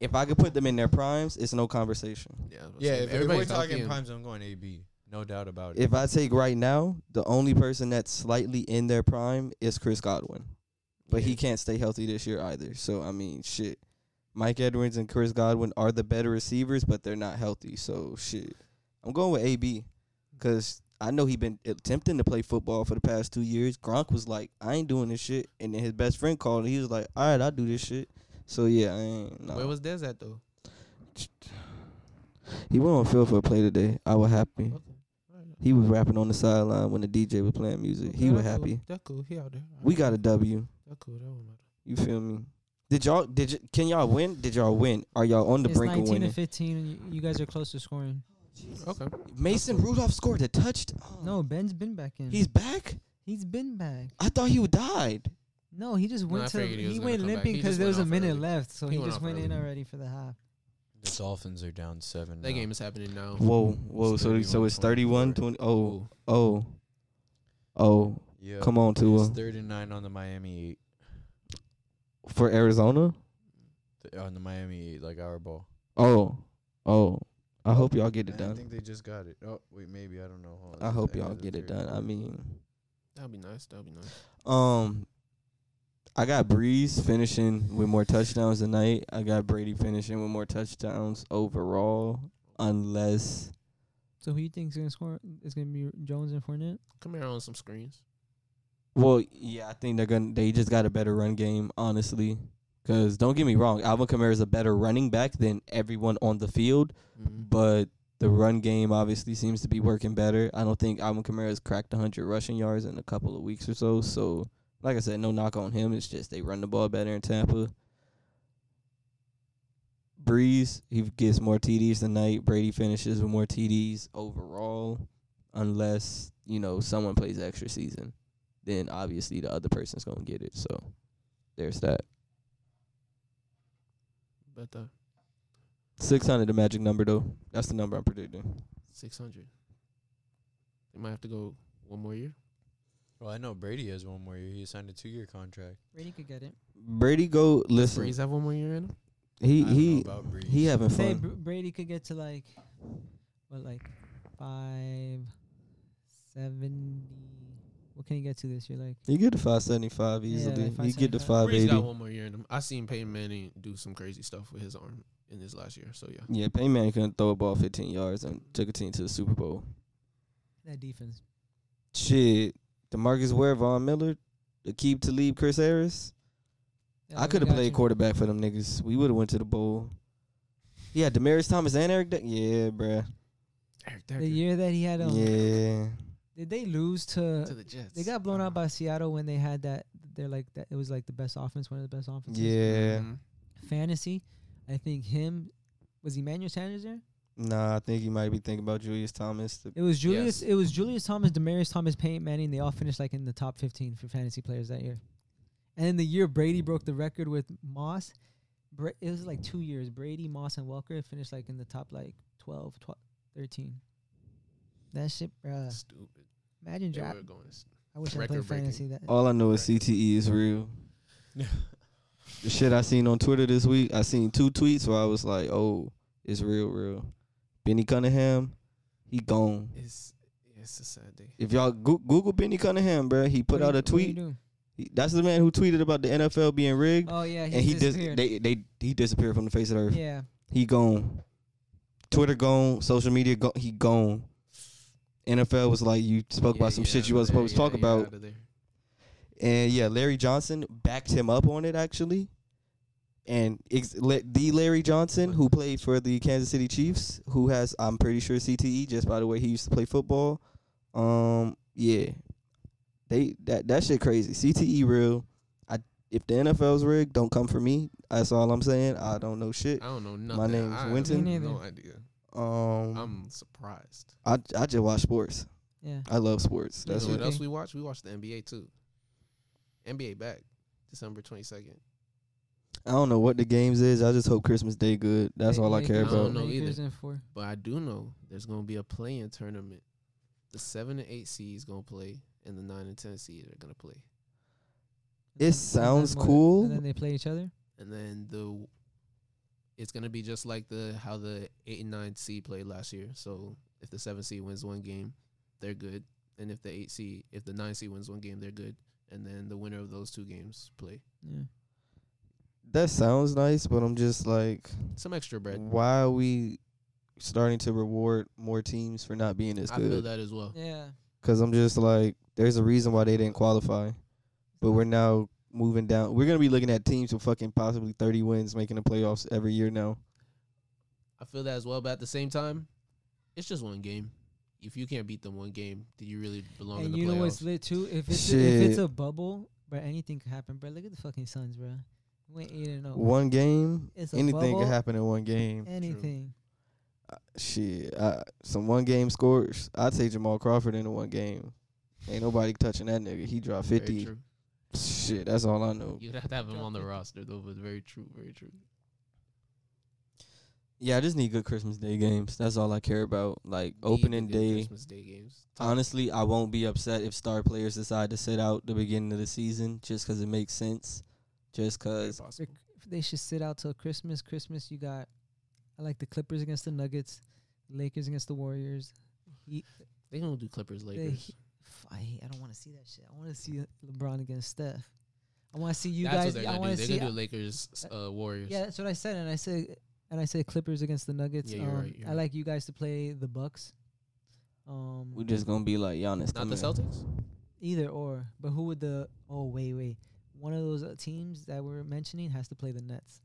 S3: if I could put them in their primes, it's no conversation.
S4: Yeah, I was gonna
S1: Yeah,
S4: say,
S1: if, if we're
S4: everybody's healthy
S1: talking
S4: and-
S1: primes, I'm going AB. No doubt about it.
S3: If I take right now, the only person that's slightly in their prime is Chris Godwin. but he
S4: Yeah.
S3: can't stay healthy this year either. So I mean, shit. Mike Edwards and Chris Godwin are the better receivers, but they're not healthy. So shit, I'm going with AB because I know he been attempting to play football for the past two years. Gronk was like, I ain't doing this shit, and then his best friend called and he was like, All right, I'll do this shit. So yeah, I ain't. Nah.
S4: Where was Dez at though?
S3: he went on field for a play today. I was happy.
S4: Okay. Alright.
S3: He was rapping on the sideline when the DJ was playing music. He
S4: Okay,
S3: was
S4: that's cool.
S3: happy.
S4: That's cool. He out there.
S3: We got a
S4: it.
S3: W.
S4: That's cool. That one matter.
S3: You feel me? Did y'all? Did y- can y'all win? Did y'all win? Are y'all on the
S2: it's
S3: brink of
S2: 19 to
S3: winning?
S2: 15, and y- you guys are close to scoring.
S4: Okay.
S3: Mason Rudolph scored a touchdown.
S4: Oh.
S2: No, Ben's been back in.
S3: he's back.
S2: he's been back.
S3: I thought he died.
S2: No, he just
S4: No, I
S2: went to
S4: figured he was
S2: he
S4: gonna
S2: went
S4: come back.
S2: limping
S4: He
S2: because
S4: just
S2: there was a
S4: went off
S2: minute
S4: early.
S2: left, so
S4: He
S2: he,
S4: went
S2: just
S4: off
S2: went in
S4: early.
S2: already for the half.
S1: The Dolphins are down seven.
S4: That
S1: now.
S4: game is happening now.
S3: Whoa, whoa.
S1: It's
S3: So so it's
S1: 31,
S3: 31, 20. Oh,
S4: Ooh.
S3: oh, oh.
S1: Yeah.
S3: Come on, Tua.
S1: It's third and nine on the Miami eight.
S3: For Arizona.
S1: Th- on the Miami eight, like our ball.
S3: Oh, oh. I hope y'all get it
S1: I
S3: done.
S1: think they just got it. Oh wait, maybe I don't know. Hold on,
S3: I
S1: this is
S3: hope
S1: the end
S3: y'all
S1: of the
S3: get it
S1: third.
S3: done. I mean,
S4: That'd be nice. That'd be nice.
S3: um, I got Breeze finishing with more touchdowns tonight. I got Brady finishing with more touchdowns overall, unless.
S2: So who you think's gonna score? It's gonna be Jones and Fournette.
S4: Come here on some screens.
S3: Well, yeah, I think they're gonna. They just got a better run game, honestly. Because don't get me wrong, Alvin Kamara is a better running back than everyone on the field,
S4: Mhm.
S3: but the run game obviously seems to be working better. I don't think Alvin Kamara has cracked 100 rushing yards in a couple of weeks or so. So, like I said, no knock on him. It's just they run the ball better in Tampa. Breeze, he gets more TDs tonight. Brady finishes with more TDs overall, unless, you know, someone plays extra season then obviously the other person's gonna get it. So there's that.
S4: Bet that
S3: Six hundred the magic number though. That's the number I'm predicting.
S4: six hundred. They might have to go one more year.
S1: Well, I know Brady has one more year. He signed a two-year contract.
S2: Brady could get it.
S3: Brady go listen.
S4: Breeze have one more year in him.
S1: I
S3: He
S1: don't know
S3: he
S1: about Breeze.
S3: he having
S2: Say
S3: fun.
S2: Br- Brady could get to like what, like five seventy. What can he get to this year? Like
S3: You get to five seventy five easily.
S2: like
S3: you get to
S2: 575.
S3: five
S4: Breeze got
S3: eighty.
S4: one more year in him. I seen Peyton Manning do some crazy stuff with his arm in his last year. So yeah,
S3: Yeah, Payman Manning couldn't throw a ball fifteen yards and took a team to the Super Bowl.
S2: that defense.
S3: Shit. Demarcus Ware, Von Miller, Akeem Talib, Chris Harris.
S2: Yeah,
S3: I
S2: we
S3: could have
S2: got
S3: played
S2: you.
S3: quarterback for them niggas. We would have went to the bowl. Yeah, Demaris Thomas and Eric. Da- yeah, bruh.
S4: Eric
S2: The year that he had um,
S3: Yeah.
S2: did they lose to?
S4: to the Jets.
S2: They got blown out by Seattle when they had that. They're like that. It was like the best offense, one of the best offenses.
S3: Yeah.
S4: Mhm.
S2: fantasy, I think him was Emmanuel Sanders there.
S3: Nah, I think you might be thinking about Julius Thomas. The-
S2: It was Julius.
S4: Yes.
S2: It was Julius Thomas, Demarius Thomas, Peyton Manning. They all finished like in the top fifteen for fantasy players that year. And then the year Brady broke the record with Moss, Bra- it was like two years. Brady, Moss, and Welker finished like in the top like 12, 12 13. That shit, bruh.
S4: Stupid.
S2: Imagine
S4: They
S2: draft.
S4: were going. s-
S2: I wish I played
S4: record-breaking.
S2: fantasy. That
S3: All I know is CTE is real. The shit I seen on Twitter this week, I seen two tweets where I was like, "Oh, it's real, real." Benny Cunningham, he gone.
S4: It's it's a sad day.
S3: If y'all go- Google Benny Cunningham, bruh, he put
S2: What
S3: out
S2: do
S3: a
S2: you- what do you
S3: tweet.
S2: do?
S3: He- That's the man who tweeted about the NFL being rigged,
S2: Oh yeah, he
S3: and he dis-
S2: disappeared.
S3: they they he disappeared from the face of the earth.
S2: yeah,
S3: He gone. Twitter gone. Social media gone. He gone. NFL was like, "You spoke
S4: Yeah,
S3: about some
S4: yeah,
S3: shit you wasn't
S4: yeah,
S3: supposed to
S4: yeah,
S3: talk
S4: yeah,
S3: about."
S4: outta there.
S3: And yeah, Larry Johnson backed him up on it actually. And ex- la- the Larry Johnson who played for the Kansas City Chiefs, who has I'm pretty sure CTE just by the way he used to play football. Um yeah. They that that shit crazy. CTE real. I if the NFL's rigged, don't come for me. That's all I'm saying. I don't know shit.
S4: I don't know nothing.
S3: name's
S4: I have
S3: Winton.
S2: Me neither.
S4: No idea.
S3: Um
S4: I'm surprised.
S3: I I just watch sports.
S2: yeah.
S3: I love sports.
S4: You
S3: That's
S4: know
S3: what
S4: what else we watch? We watch the NBA too. NBA back December twenty second.
S3: I don't know what the games is. I just hope Christmas Day good. That's all I care
S4: I don't
S3: about.
S4: know
S2: Lakers
S4: either.
S2: in four.
S4: But I do know there's gonna be a play-in tournament. The seven and eight seeds gonna play, and the nine and ten seeds are gonna play.
S3: It
S2: And then- and then
S3: sounds
S2: what-
S3: cool.
S2: And then they play each other.
S4: And then the it's gonna be just like the how the eight and nine seed played last year. So if the seven seed wins one game, they're good, and if the eight seed, if the nine seed wins one game, they're good, and then the winner of those two games play
S2: Yeah.
S3: That sounds nice, but I'm just like,
S4: some extra bread.
S3: why are we starting to reward more teams for not being as
S4: I feel
S3: good?
S4: that as well.
S2: Yeah.
S3: Because I'm just like, there's a reason why they didn't qualify, but we're now moving down. We're gonna be looking at teams with fucking possibly 30 wins making the playoffs every year now.
S4: I feel that as well, but at the same time, it's just one game. If you can't beat them one game, do you really belong in
S2: and
S4: the
S2: you know
S4: playoffs?
S2: what's lit too? If it's a, if it's
S3: Shit.
S2: a bubble, but anything could happen, bro. Look at the fucking Suns, bro. Went eight and
S4: Oh.
S2: zero.
S3: One game,
S2: It's a
S3: anything
S2: bubble.
S3: could happen in one game.
S2: Anything.
S3: Shit, I, some one game scores. I'd say Jamal Crawford in the one game. Ain't nobody touching that nigga. He dropped
S4: Very
S3: 50.
S4: true.
S3: Shit, that's all I know.
S4: You'd have to have him on the
S2: Drop
S4: roster though, but very true, very true.
S3: Yeah, I just need good Christmas Day games. That's all I care about. Like
S4: Need
S3: opening
S4: the good
S3: day.
S4: Christmas Day games.
S3: Honestly, I won't be upset if star players decide to sit out the beginning of the season just 'cause it makes sense. Just 'cause
S2: Rick- They should sit out till Christmas. Christmas, you got. I like the Clippers against the Nuggets, Lakers against the Warriors. Heat,
S4: They gonna do Clippers
S2: the
S4: Lakers.
S2: Heat- F- I hate- I don't want to see that shit. I want to see LeBron against Steph. I want to see you
S4: That's what
S2: guys.
S4: they're
S2: I
S4: gonna
S2: want
S4: do.
S2: to
S4: They're
S2: see.
S4: gonna do Lakers uh, Warriors.
S2: yeah, that's what I said, and I said, and I said Clippers against the Nuggets.
S4: Yeah, you're
S2: um,
S4: right, you're
S2: I
S4: right.
S2: like you guys to play the Bucks. Um,
S3: we're just gonna be like Giannis.
S4: Not
S3: come
S4: the
S3: here.
S4: Celtics.
S2: Either or, but who would the? Oh wait, wait. One of those uh, teams that we're mentioning has to play the Nets.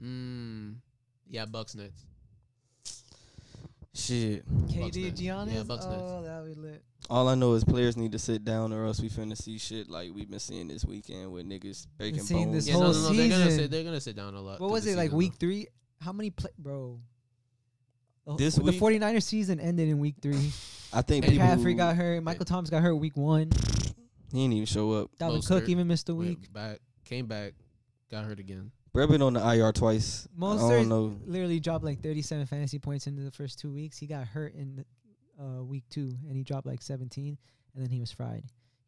S4: Mm. Yeah, Bucks Nets.
S3: Shit.
S4: Bucks
S2: KD
S4: Nets. Yeah,
S2: Giannis.
S4: Bucks Nets.
S2: oh, that would be lit.
S3: All I know is players need to sit down, or else we finna see shit like we've been seeing this weekend with niggas baking
S2: seeing
S3: bones.
S2: this
S4: Yeah,
S2: whole
S4: no, no, no. They're gonna
S2: season.
S4: sit. They're gonna sit down a lot.
S2: What
S4: through
S2: was
S4: the
S2: it like?
S4: season,
S2: Week
S4: though.
S2: three? How many play, bro? The wh-
S3: This
S2: the
S3: week?
S2: 49ers season ended in week three.
S3: I think
S4: And
S3: people.
S2: McCaffrey got hurt. Michael Thomas got hurt week one.
S3: He didn't even show up.
S2: Dalvin
S4: Mostert
S2: Cook even missed a
S4: Went
S2: week.
S4: back, came back, got hurt again.
S3: Brett been on the IR twice. I
S2: Oh,
S3: don't know.
S2: Mostert literally dropped like 37 fantasy points into the first two weeks. He got hurt in uh, week two, and he dropped like 17, and then he was fried.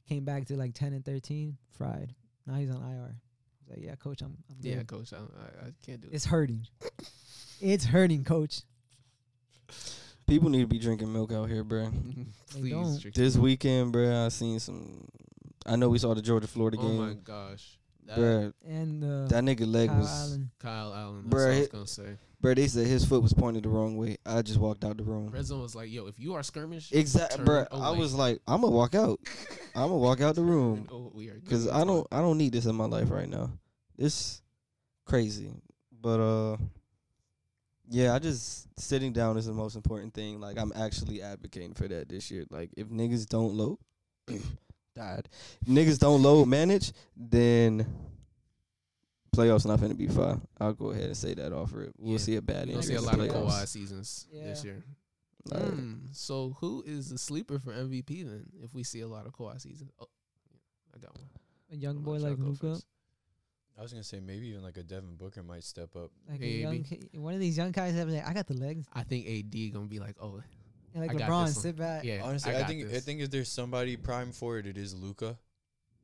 S2: Came back to like 10 and 13, fried. Now he's on IR. He's like, yeah, coach, I'm, I'm
S4: Yeah,
S2: good."
S4: coach, I, don't- I, I can't do it.
S2: It's hurting. it's hurting, coach.
S3: People need to be drinking milk out here, bruh.
S2: don't.
S4: Please, Tricky.
S3: This weekend, bruh, I seen some. I know we saw the Georgia Florida
S4: Oh my
S3: game,
S4: gosh, that
S3: bruh.
S2: And uh,
S3: That nigga leg
S2: Kyle
S3: was,
S2: Allen.
S4: Kyle Allen. That's
S3: Bruh,
S4: what I was
S3: hit-
S4: gonna say.
S3: bruh. They said his foot was pointed the wrong way. I just walked out the room.
S4: Red zone was like, yo, if you are skirmish,
S3: Exactly,
S4: turn
S3: bruh. I
S4: away.
S3: was like, I'm gonna walk out. I'm gonna walk out the room
S4: Oh, we are good
S3: because
S4: with
S3: I
S4: that.
S3: don't, I don't need this in my life right now. This crazy, but uh, yeah. I just sitting down is the most important thing. Like I'm actually advocating for that this year. Like if niggas don't load, died. Niggas don't load manage, then playoffs not gonna be fine. I'll go ahead and say that off it. We'll
S4: Yeah.
S3: see a bad
S4: You
S3: end.
S4: don't see a
S3: to
S4: lot
S3: the
S4: of
S3: playoffs.
S4: Kawhi seasons this year.
S3: Like,
S4: Mm, so who is the sleeper for MVP then? If we see a lot of Kawhi seasons, oh, I got one.
S2: a young
S4: I'm
S2: boy
S4: gonna
S2: like
S4: go
S2: Luca.
S4: first.
S1: I was gonna say maybe even like a Devin Booker might step up.
S2: Like a young
S4: Maybe.
S2: ki- one of these young guys have like, I got the legs.
S4: I think AD gonna be like, oh
S2: And like
S4: I got
S2: LeBron,
S4: this one.
S2: sit back.
S4: yeah.
S1: Honestly, I,
S4: got
S1: think I
S4: this.
S1: think if there's somebody prime for it, it is Luca.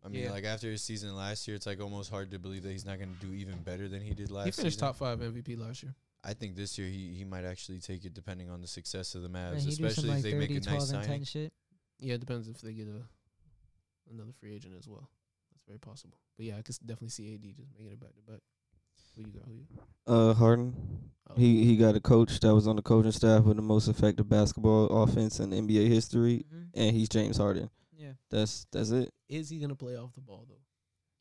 S1: I mean,
S4: Yeah.
S1: like after his season last year, it's like almost hard to believe that he's not gonna do even better than he did last.
S4: he finished
S1: season.
S4: top five MVP last year.
S1: I think this year he, he might actually take it depending on the success of the
S2: And
S1: Mavs,
S2: he do some
S1: especially
S2: like
S1: if they make
S2: 30,
S1: a
S2: 12,
S1: nice
S2: and 10
S1: signing.
S2: shit.
S4: Yeah, it depends if they get a another free agent as well. That's very possible. But yeah, I could s- definitely see AD just making it back to back. Who you got? Who you?
S3: Uh, Harden.
S4: Oh.
S3: He he got a coach that was on the coaching staff with the most effective basketball offense in NBA history, and he's James Harden.
S2: Mm-hmm. Yeah.
S3: That's that's it.
S4: is he gonna play off the ball though?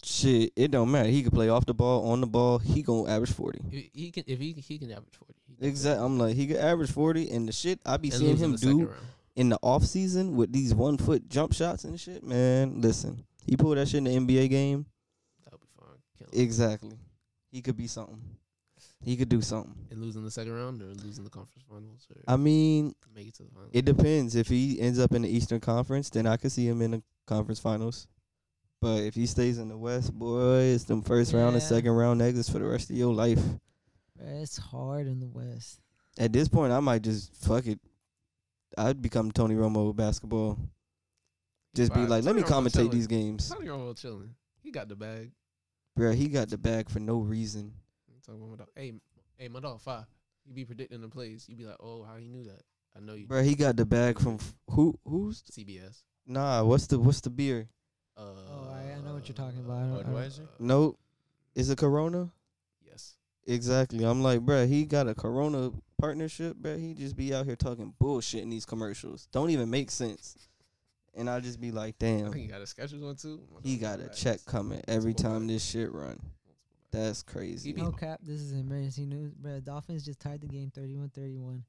S3: Shit, it don't matter. He could play off the ball, on the ball. He gonna average forty.
S4: If he can, if he he can average forty. He can
S3: Exact. I'm like he could average forty, and the shit I be
S4: and
S3: seeing
S4: lose in
S3: him
S4: the second
S3: do
S4: round.
S3: in the off season with these one foot jump shots and shit. Man, listen, he pulled that shit in the NBA game.
S4: That'll be fine. Kill him.
S3: Exactly. He could be something. He could do something.
S4: and losing the second round or losing the conference finals or
S3: I mean,
S4: make it to the finals.
S3: It depends. If he ends up in the Eastern Conference, then I could see him in the conference finals. But if he stays in the West, boy, it's them first round and
S2: Yeah.
S3: second round exits for the rest of your life.
S2: Bruh, it's hard in the West.
S3: At this point, I might just fuck it. I'd become Tony Romo with basketball. Just be
S4: Fire.
S3: like, let me
S4: Tony Romo
S3: commentate
S4: chilling.
S3: these games.
S4: Tony Romo chilling. He got the bag.
S3: Bruh, he got the bag for no reason.
S4: I'm talking about my dog. Hey, m- hey, my dog five. You be predicting the plays. You be like, oh, how he knew that? I know you.
S3: Bruh, he got the bag from f- who? Who's
S4: CBS.
S3: nah? What's the what's the beer?
S4: Uh,
S2: Oh, I- I know what you're talking about. I don't- I don't-
S1: Budweiser?
S3: Uh, Nope. Is it Corona?
S4: Yes.
S3: Exactly. I'm like, bruh, he got a Corona partnership, bruh. He just be out here talking bullshit in these commercials. Don't even make sense. And I just be like,
S4: I
S3: damn,
S4: think he got a Skechers one too.
S3: he got a check coming every time this shit run. That's crazy.
S4: He be-
S2: No cap. This is emergency news, bro. Dolphins just tied the game 31-31.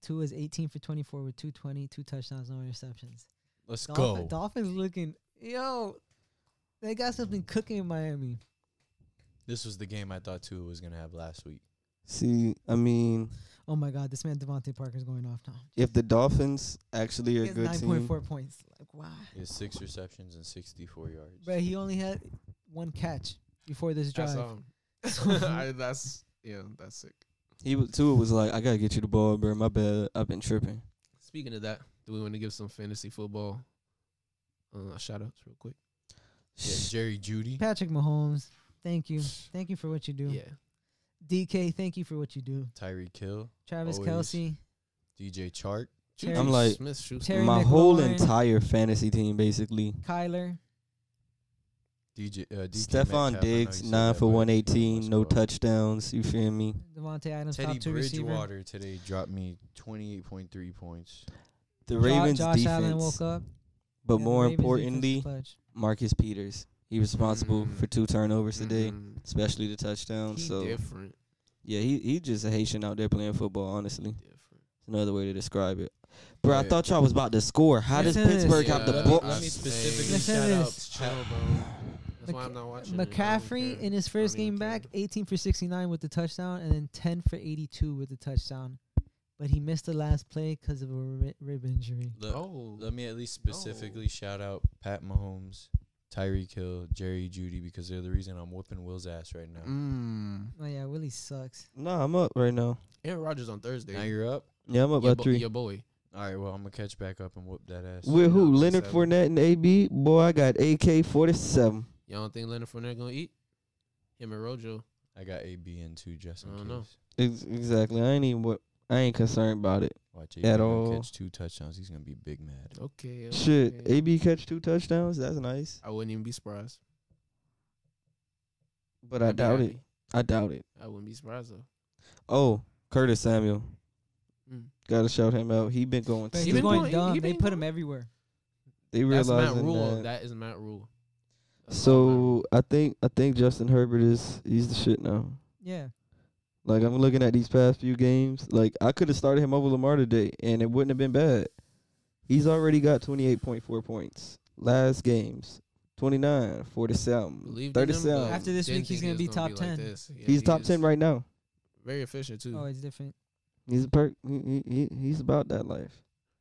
S2: Two is 18 for 24 with 220, two touchdowns, no interceptions.
S1: Let's
S2: Dolphin-
S1: go.
S2: Dolphins looking, yo, they got something cooking in Miami.
S1: This was the game I thought Tua was gonna have last week.
S3: See, I mean,
S2: Oh my God, this man Devontae Parker's going off now.
S3: if the Dolphins actually are
S2: He
S3: a
S2: has
S3: good team,
S2: 9.4 points. Like, wow.
S1: He has six receptions and sixty-four yards.
S2: But he only had one catch before this
S4: That's
S2: drive.
S4: I, that's yeah, that's sick.
S3: he was too was like, I gotta get you the ball, bruh. My bad, I've been tripping.
S4: Speaking of that, do we want to give some fantasy football uh, shout outs real quick?
S1: yeah, Jerry Judy.
S2: Patrick Mahomes, thank you. Thank you for what you do.
S4: Yeah.
S2: DK, thank you for what you do.
S1: Tyree Kill,
S2: Travis
S1: Always.
S2: Kelsey,
S1: DJ Chark.
S2: Terry,
S3: I'm like-
S4: Smith Schuster.
S2: Terry
S3: My whole
S2: McLaurin.
S3: entire fantasy team basically.
S2: Kyler.
S1: DJ uh, DK
S3: Stephon
S1: Metcalf, I know
S3: Diggs,
S1: you said
S3: nine
S1: that,
S3: for
S1: but
S3: one eighteen,
S1: let's
S3: no
S1: go.
S3: touchdowns. You feel me?
S2: Devontae Adams,
S1: Teddy
S2: top two receiver.
S1: Bridgewater today dropped me twenty-eight point three points.
S3: The
S2: Jo-
S3: Ravens
S2: Josh Allen woke
S3: defense,
S2: up.
S3: but
S2: and the
S3: more
S2: Ravens defense is
S3: importantly,
S2: clutch.
S3: Marcus Peters. He responsible
S2: Mm-hmm.
S4: Mm.
S3: for two turnovers today,
S4: Mhm.
S3: especially the touchdown.
S4: He
S3: Um, so
S4: different.
S3: yeah, he he just a Haitian out there playing football. Honestly,
S4: Different.
S3: it's another way to describe it. Bro, I
S1: Yeah.
S3: thought y'all was about to score. How does
S2: Listen to this.
S3: Pittsburgh have the
S1: Let
S4: Yeah,
S1: me-
S3: ball?
S1: Let me
S4: I'd say-
S1: specifically
S2: Listen
S1: shout
S2: to
S1: out.
S2: this.
S4: Chill, bro. That's why I'm not watching. it. I don't
S2: McCaffrey
S4: care.
S2: in his
S4: I don't
S2: first
S4: even
S2: game
S4: care.
S2: back, 18 for 69 with the touchdown, and then 10 for 82 with the touchdown. But he missed the last play because of a ri- rib injury.
S1: Let,
S4: Oh,
S1: let me at least specifically shout out Pat Mahomes, Tyreek Hill, Jerry Judy because they're the reason I'm whooping Will's ass right now.
S4: Mm.
S2: Oh yeah, Willie sucks.
S3: Nah, I'm up right now.
S4: Aaron Rodgers on Thursday.
S1: Now you're up.
S3: Yeah, I'm up
S4: your,
S3: by
S4: bo-
S3: three.
S4: your boy.
S1: All right, well I'm gonna catch back up and whoop that ass.
S3: With who?
S4: Yeah,
S3: Leonard
S4: 47.
S3: Fournette and AB. Boy, I got AK forty seven.
S4: Y'all don't think Leonard Fournette gonna eat? Him and Rojo.
S1: I got A B and two just in
S4: I
S1: case.
S4: don't know.
S3: Ex- exactly. I ain't even. What, I ain't concerned about it.
S1: Watch
S3: At
S1: AB gonna
S3: all.
S1: catch two touchdowns. He's gonna be big mad.
S4: Okay.
S3: Shit,
S4: okay.
S3: AB catch two touchdowns. That's nice,
S4: I wouldn't even be surprised.
S3: but I
S4: I'd be
S3: doubt it.
S4: happy.
S3: I doubt it.
S4: I wouldn't be surprised though.
S3: Oh, Curtis Samuel.
S4: Mm.
S3: Gotta shout him out. He been going.
S2: But he's
S3: stupid.
S4: been
S2: going
S4: going- he-
S2: dumb.
S4: he
S2: they
S4: been
S2: put him
S4: going-
S2: everywhere.
S3: They
S4: That's
S3: realizing
S4: Matt Rule.
S3: that.
S4: that is Matt Rule. That's all
S3: So I think I think Justin Herbert is he's the shit now.
S2: Yeah.
S3: Like I'm looking at these past few games. Like I could have started him over Lamar today, and it wouldn't have been bad. He's already got 28.4 points. Last games, 29, 47,
S4: Believed in him, though.
S3: 37.
S2: After this
S4: Didn't
S2: week, he's
S4: think he
S2: gonna
S4: was
S2: be top
S4: like
S2: 10.
S4: this. Yeah,
S3: he's
S4: he
S3: top
S4: is
S3: 10 right now.
S4: Very efficient too.
S2: Oh, it's different.
S3: He's a perk. He, he, he, he's about that life.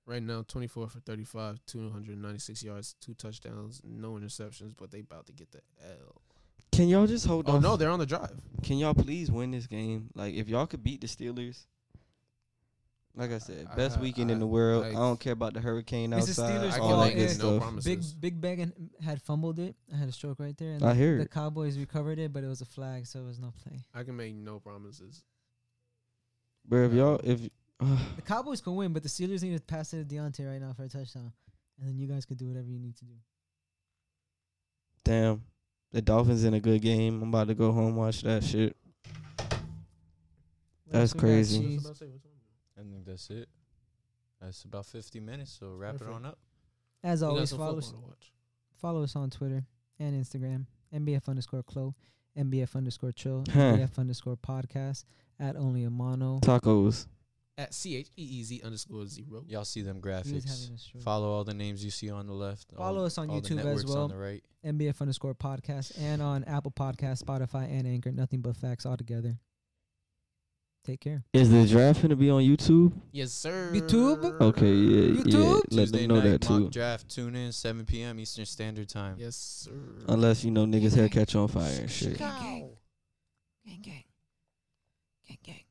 S4: Right now, 24 for 35, 296 yards, two touchdowns, no interceptions, but they about to get the L.
S3: Can y'all just hold
S4: Oh
S3: on?
S4: no, they're on the drive.
S3: Can y'all please win this game? Like, if y'all could beat the Steelers, like I said,
S4: I-
S3: best
S4: I-
S3: weekend in
S4: I-
S3: the world. I,
S4: I-
S3: don't care about the hurricane
S2: It's the
S3: outside.
S2: Steelers'
S3: all
S2: fault,
S3: that good
S2: yeah.
S4: No
S3: stuff.
S4: problem.
S2: Big
S4: Promises.
S2: Big Bag had fumbled it. I had a stroke right there, and
S3: I
S2: the,
S3: hear
S2: the
S3: it.
S2: Cowboys recovered it, but it was a flag, so it was no play.
S4: I can make no promises.
S3: But if y'all, if
S2: The Cowboys can win, but the Steelers need to pass it to Deontay right now for a touchdown, and then you guys can do whatever you need to do.
S3: damn, the Dolphins in a good game. I'm about to go home watch that shit.
S2: What else
S3: That's
S2: we got,
S3: crazy.
S2: Cheese?
S1: I think that's it. That's about 50 minutes, so wrap it
S4: Perfect.
S1: on up.
S2: As
S4: We got
S2: always,
S4: some
S2: follow us,
S4: football to watch.
S2: follow us on Twitter and Instagram. MBF underscore Chloe, MBF underscore Chill,
S3: Huh.
S2: MBF underscore Podcast at Only a Mono.
S3: Tacos.
S4: At C H E E Z underscore zero.
S1: Y'all see them
S2: He was
S1: graphics.
S2: having a stroke.
S1: Follow all the names you see on the left. all-
S2: Follow us on
S1: all the
S2: YouTube as
S1: networks
S2: well.
S1: On the right.
S2: MBF underscore podcast and on Apple Podcast, Spotify, and Anchor. Nothing but facts all together. Take care.
S3: Is the draft gonna be on YouTube?
S4: Yes, sir.
S2: YouTube?
S3: Okay, yeah, yeah.
S2: YouTube?
S3: Let
S1: Tuesday
S3: them know
S1: night
S3: that
S1: mock
S3: too.
S1: draft. Tune in 7 p.m. Eastern Standard Time.
S4: Yes, sir.
S3: Unless you know niggas hair catch on fire and shit.
S4: Cow.
S5: Gang, gang. Gang, gang.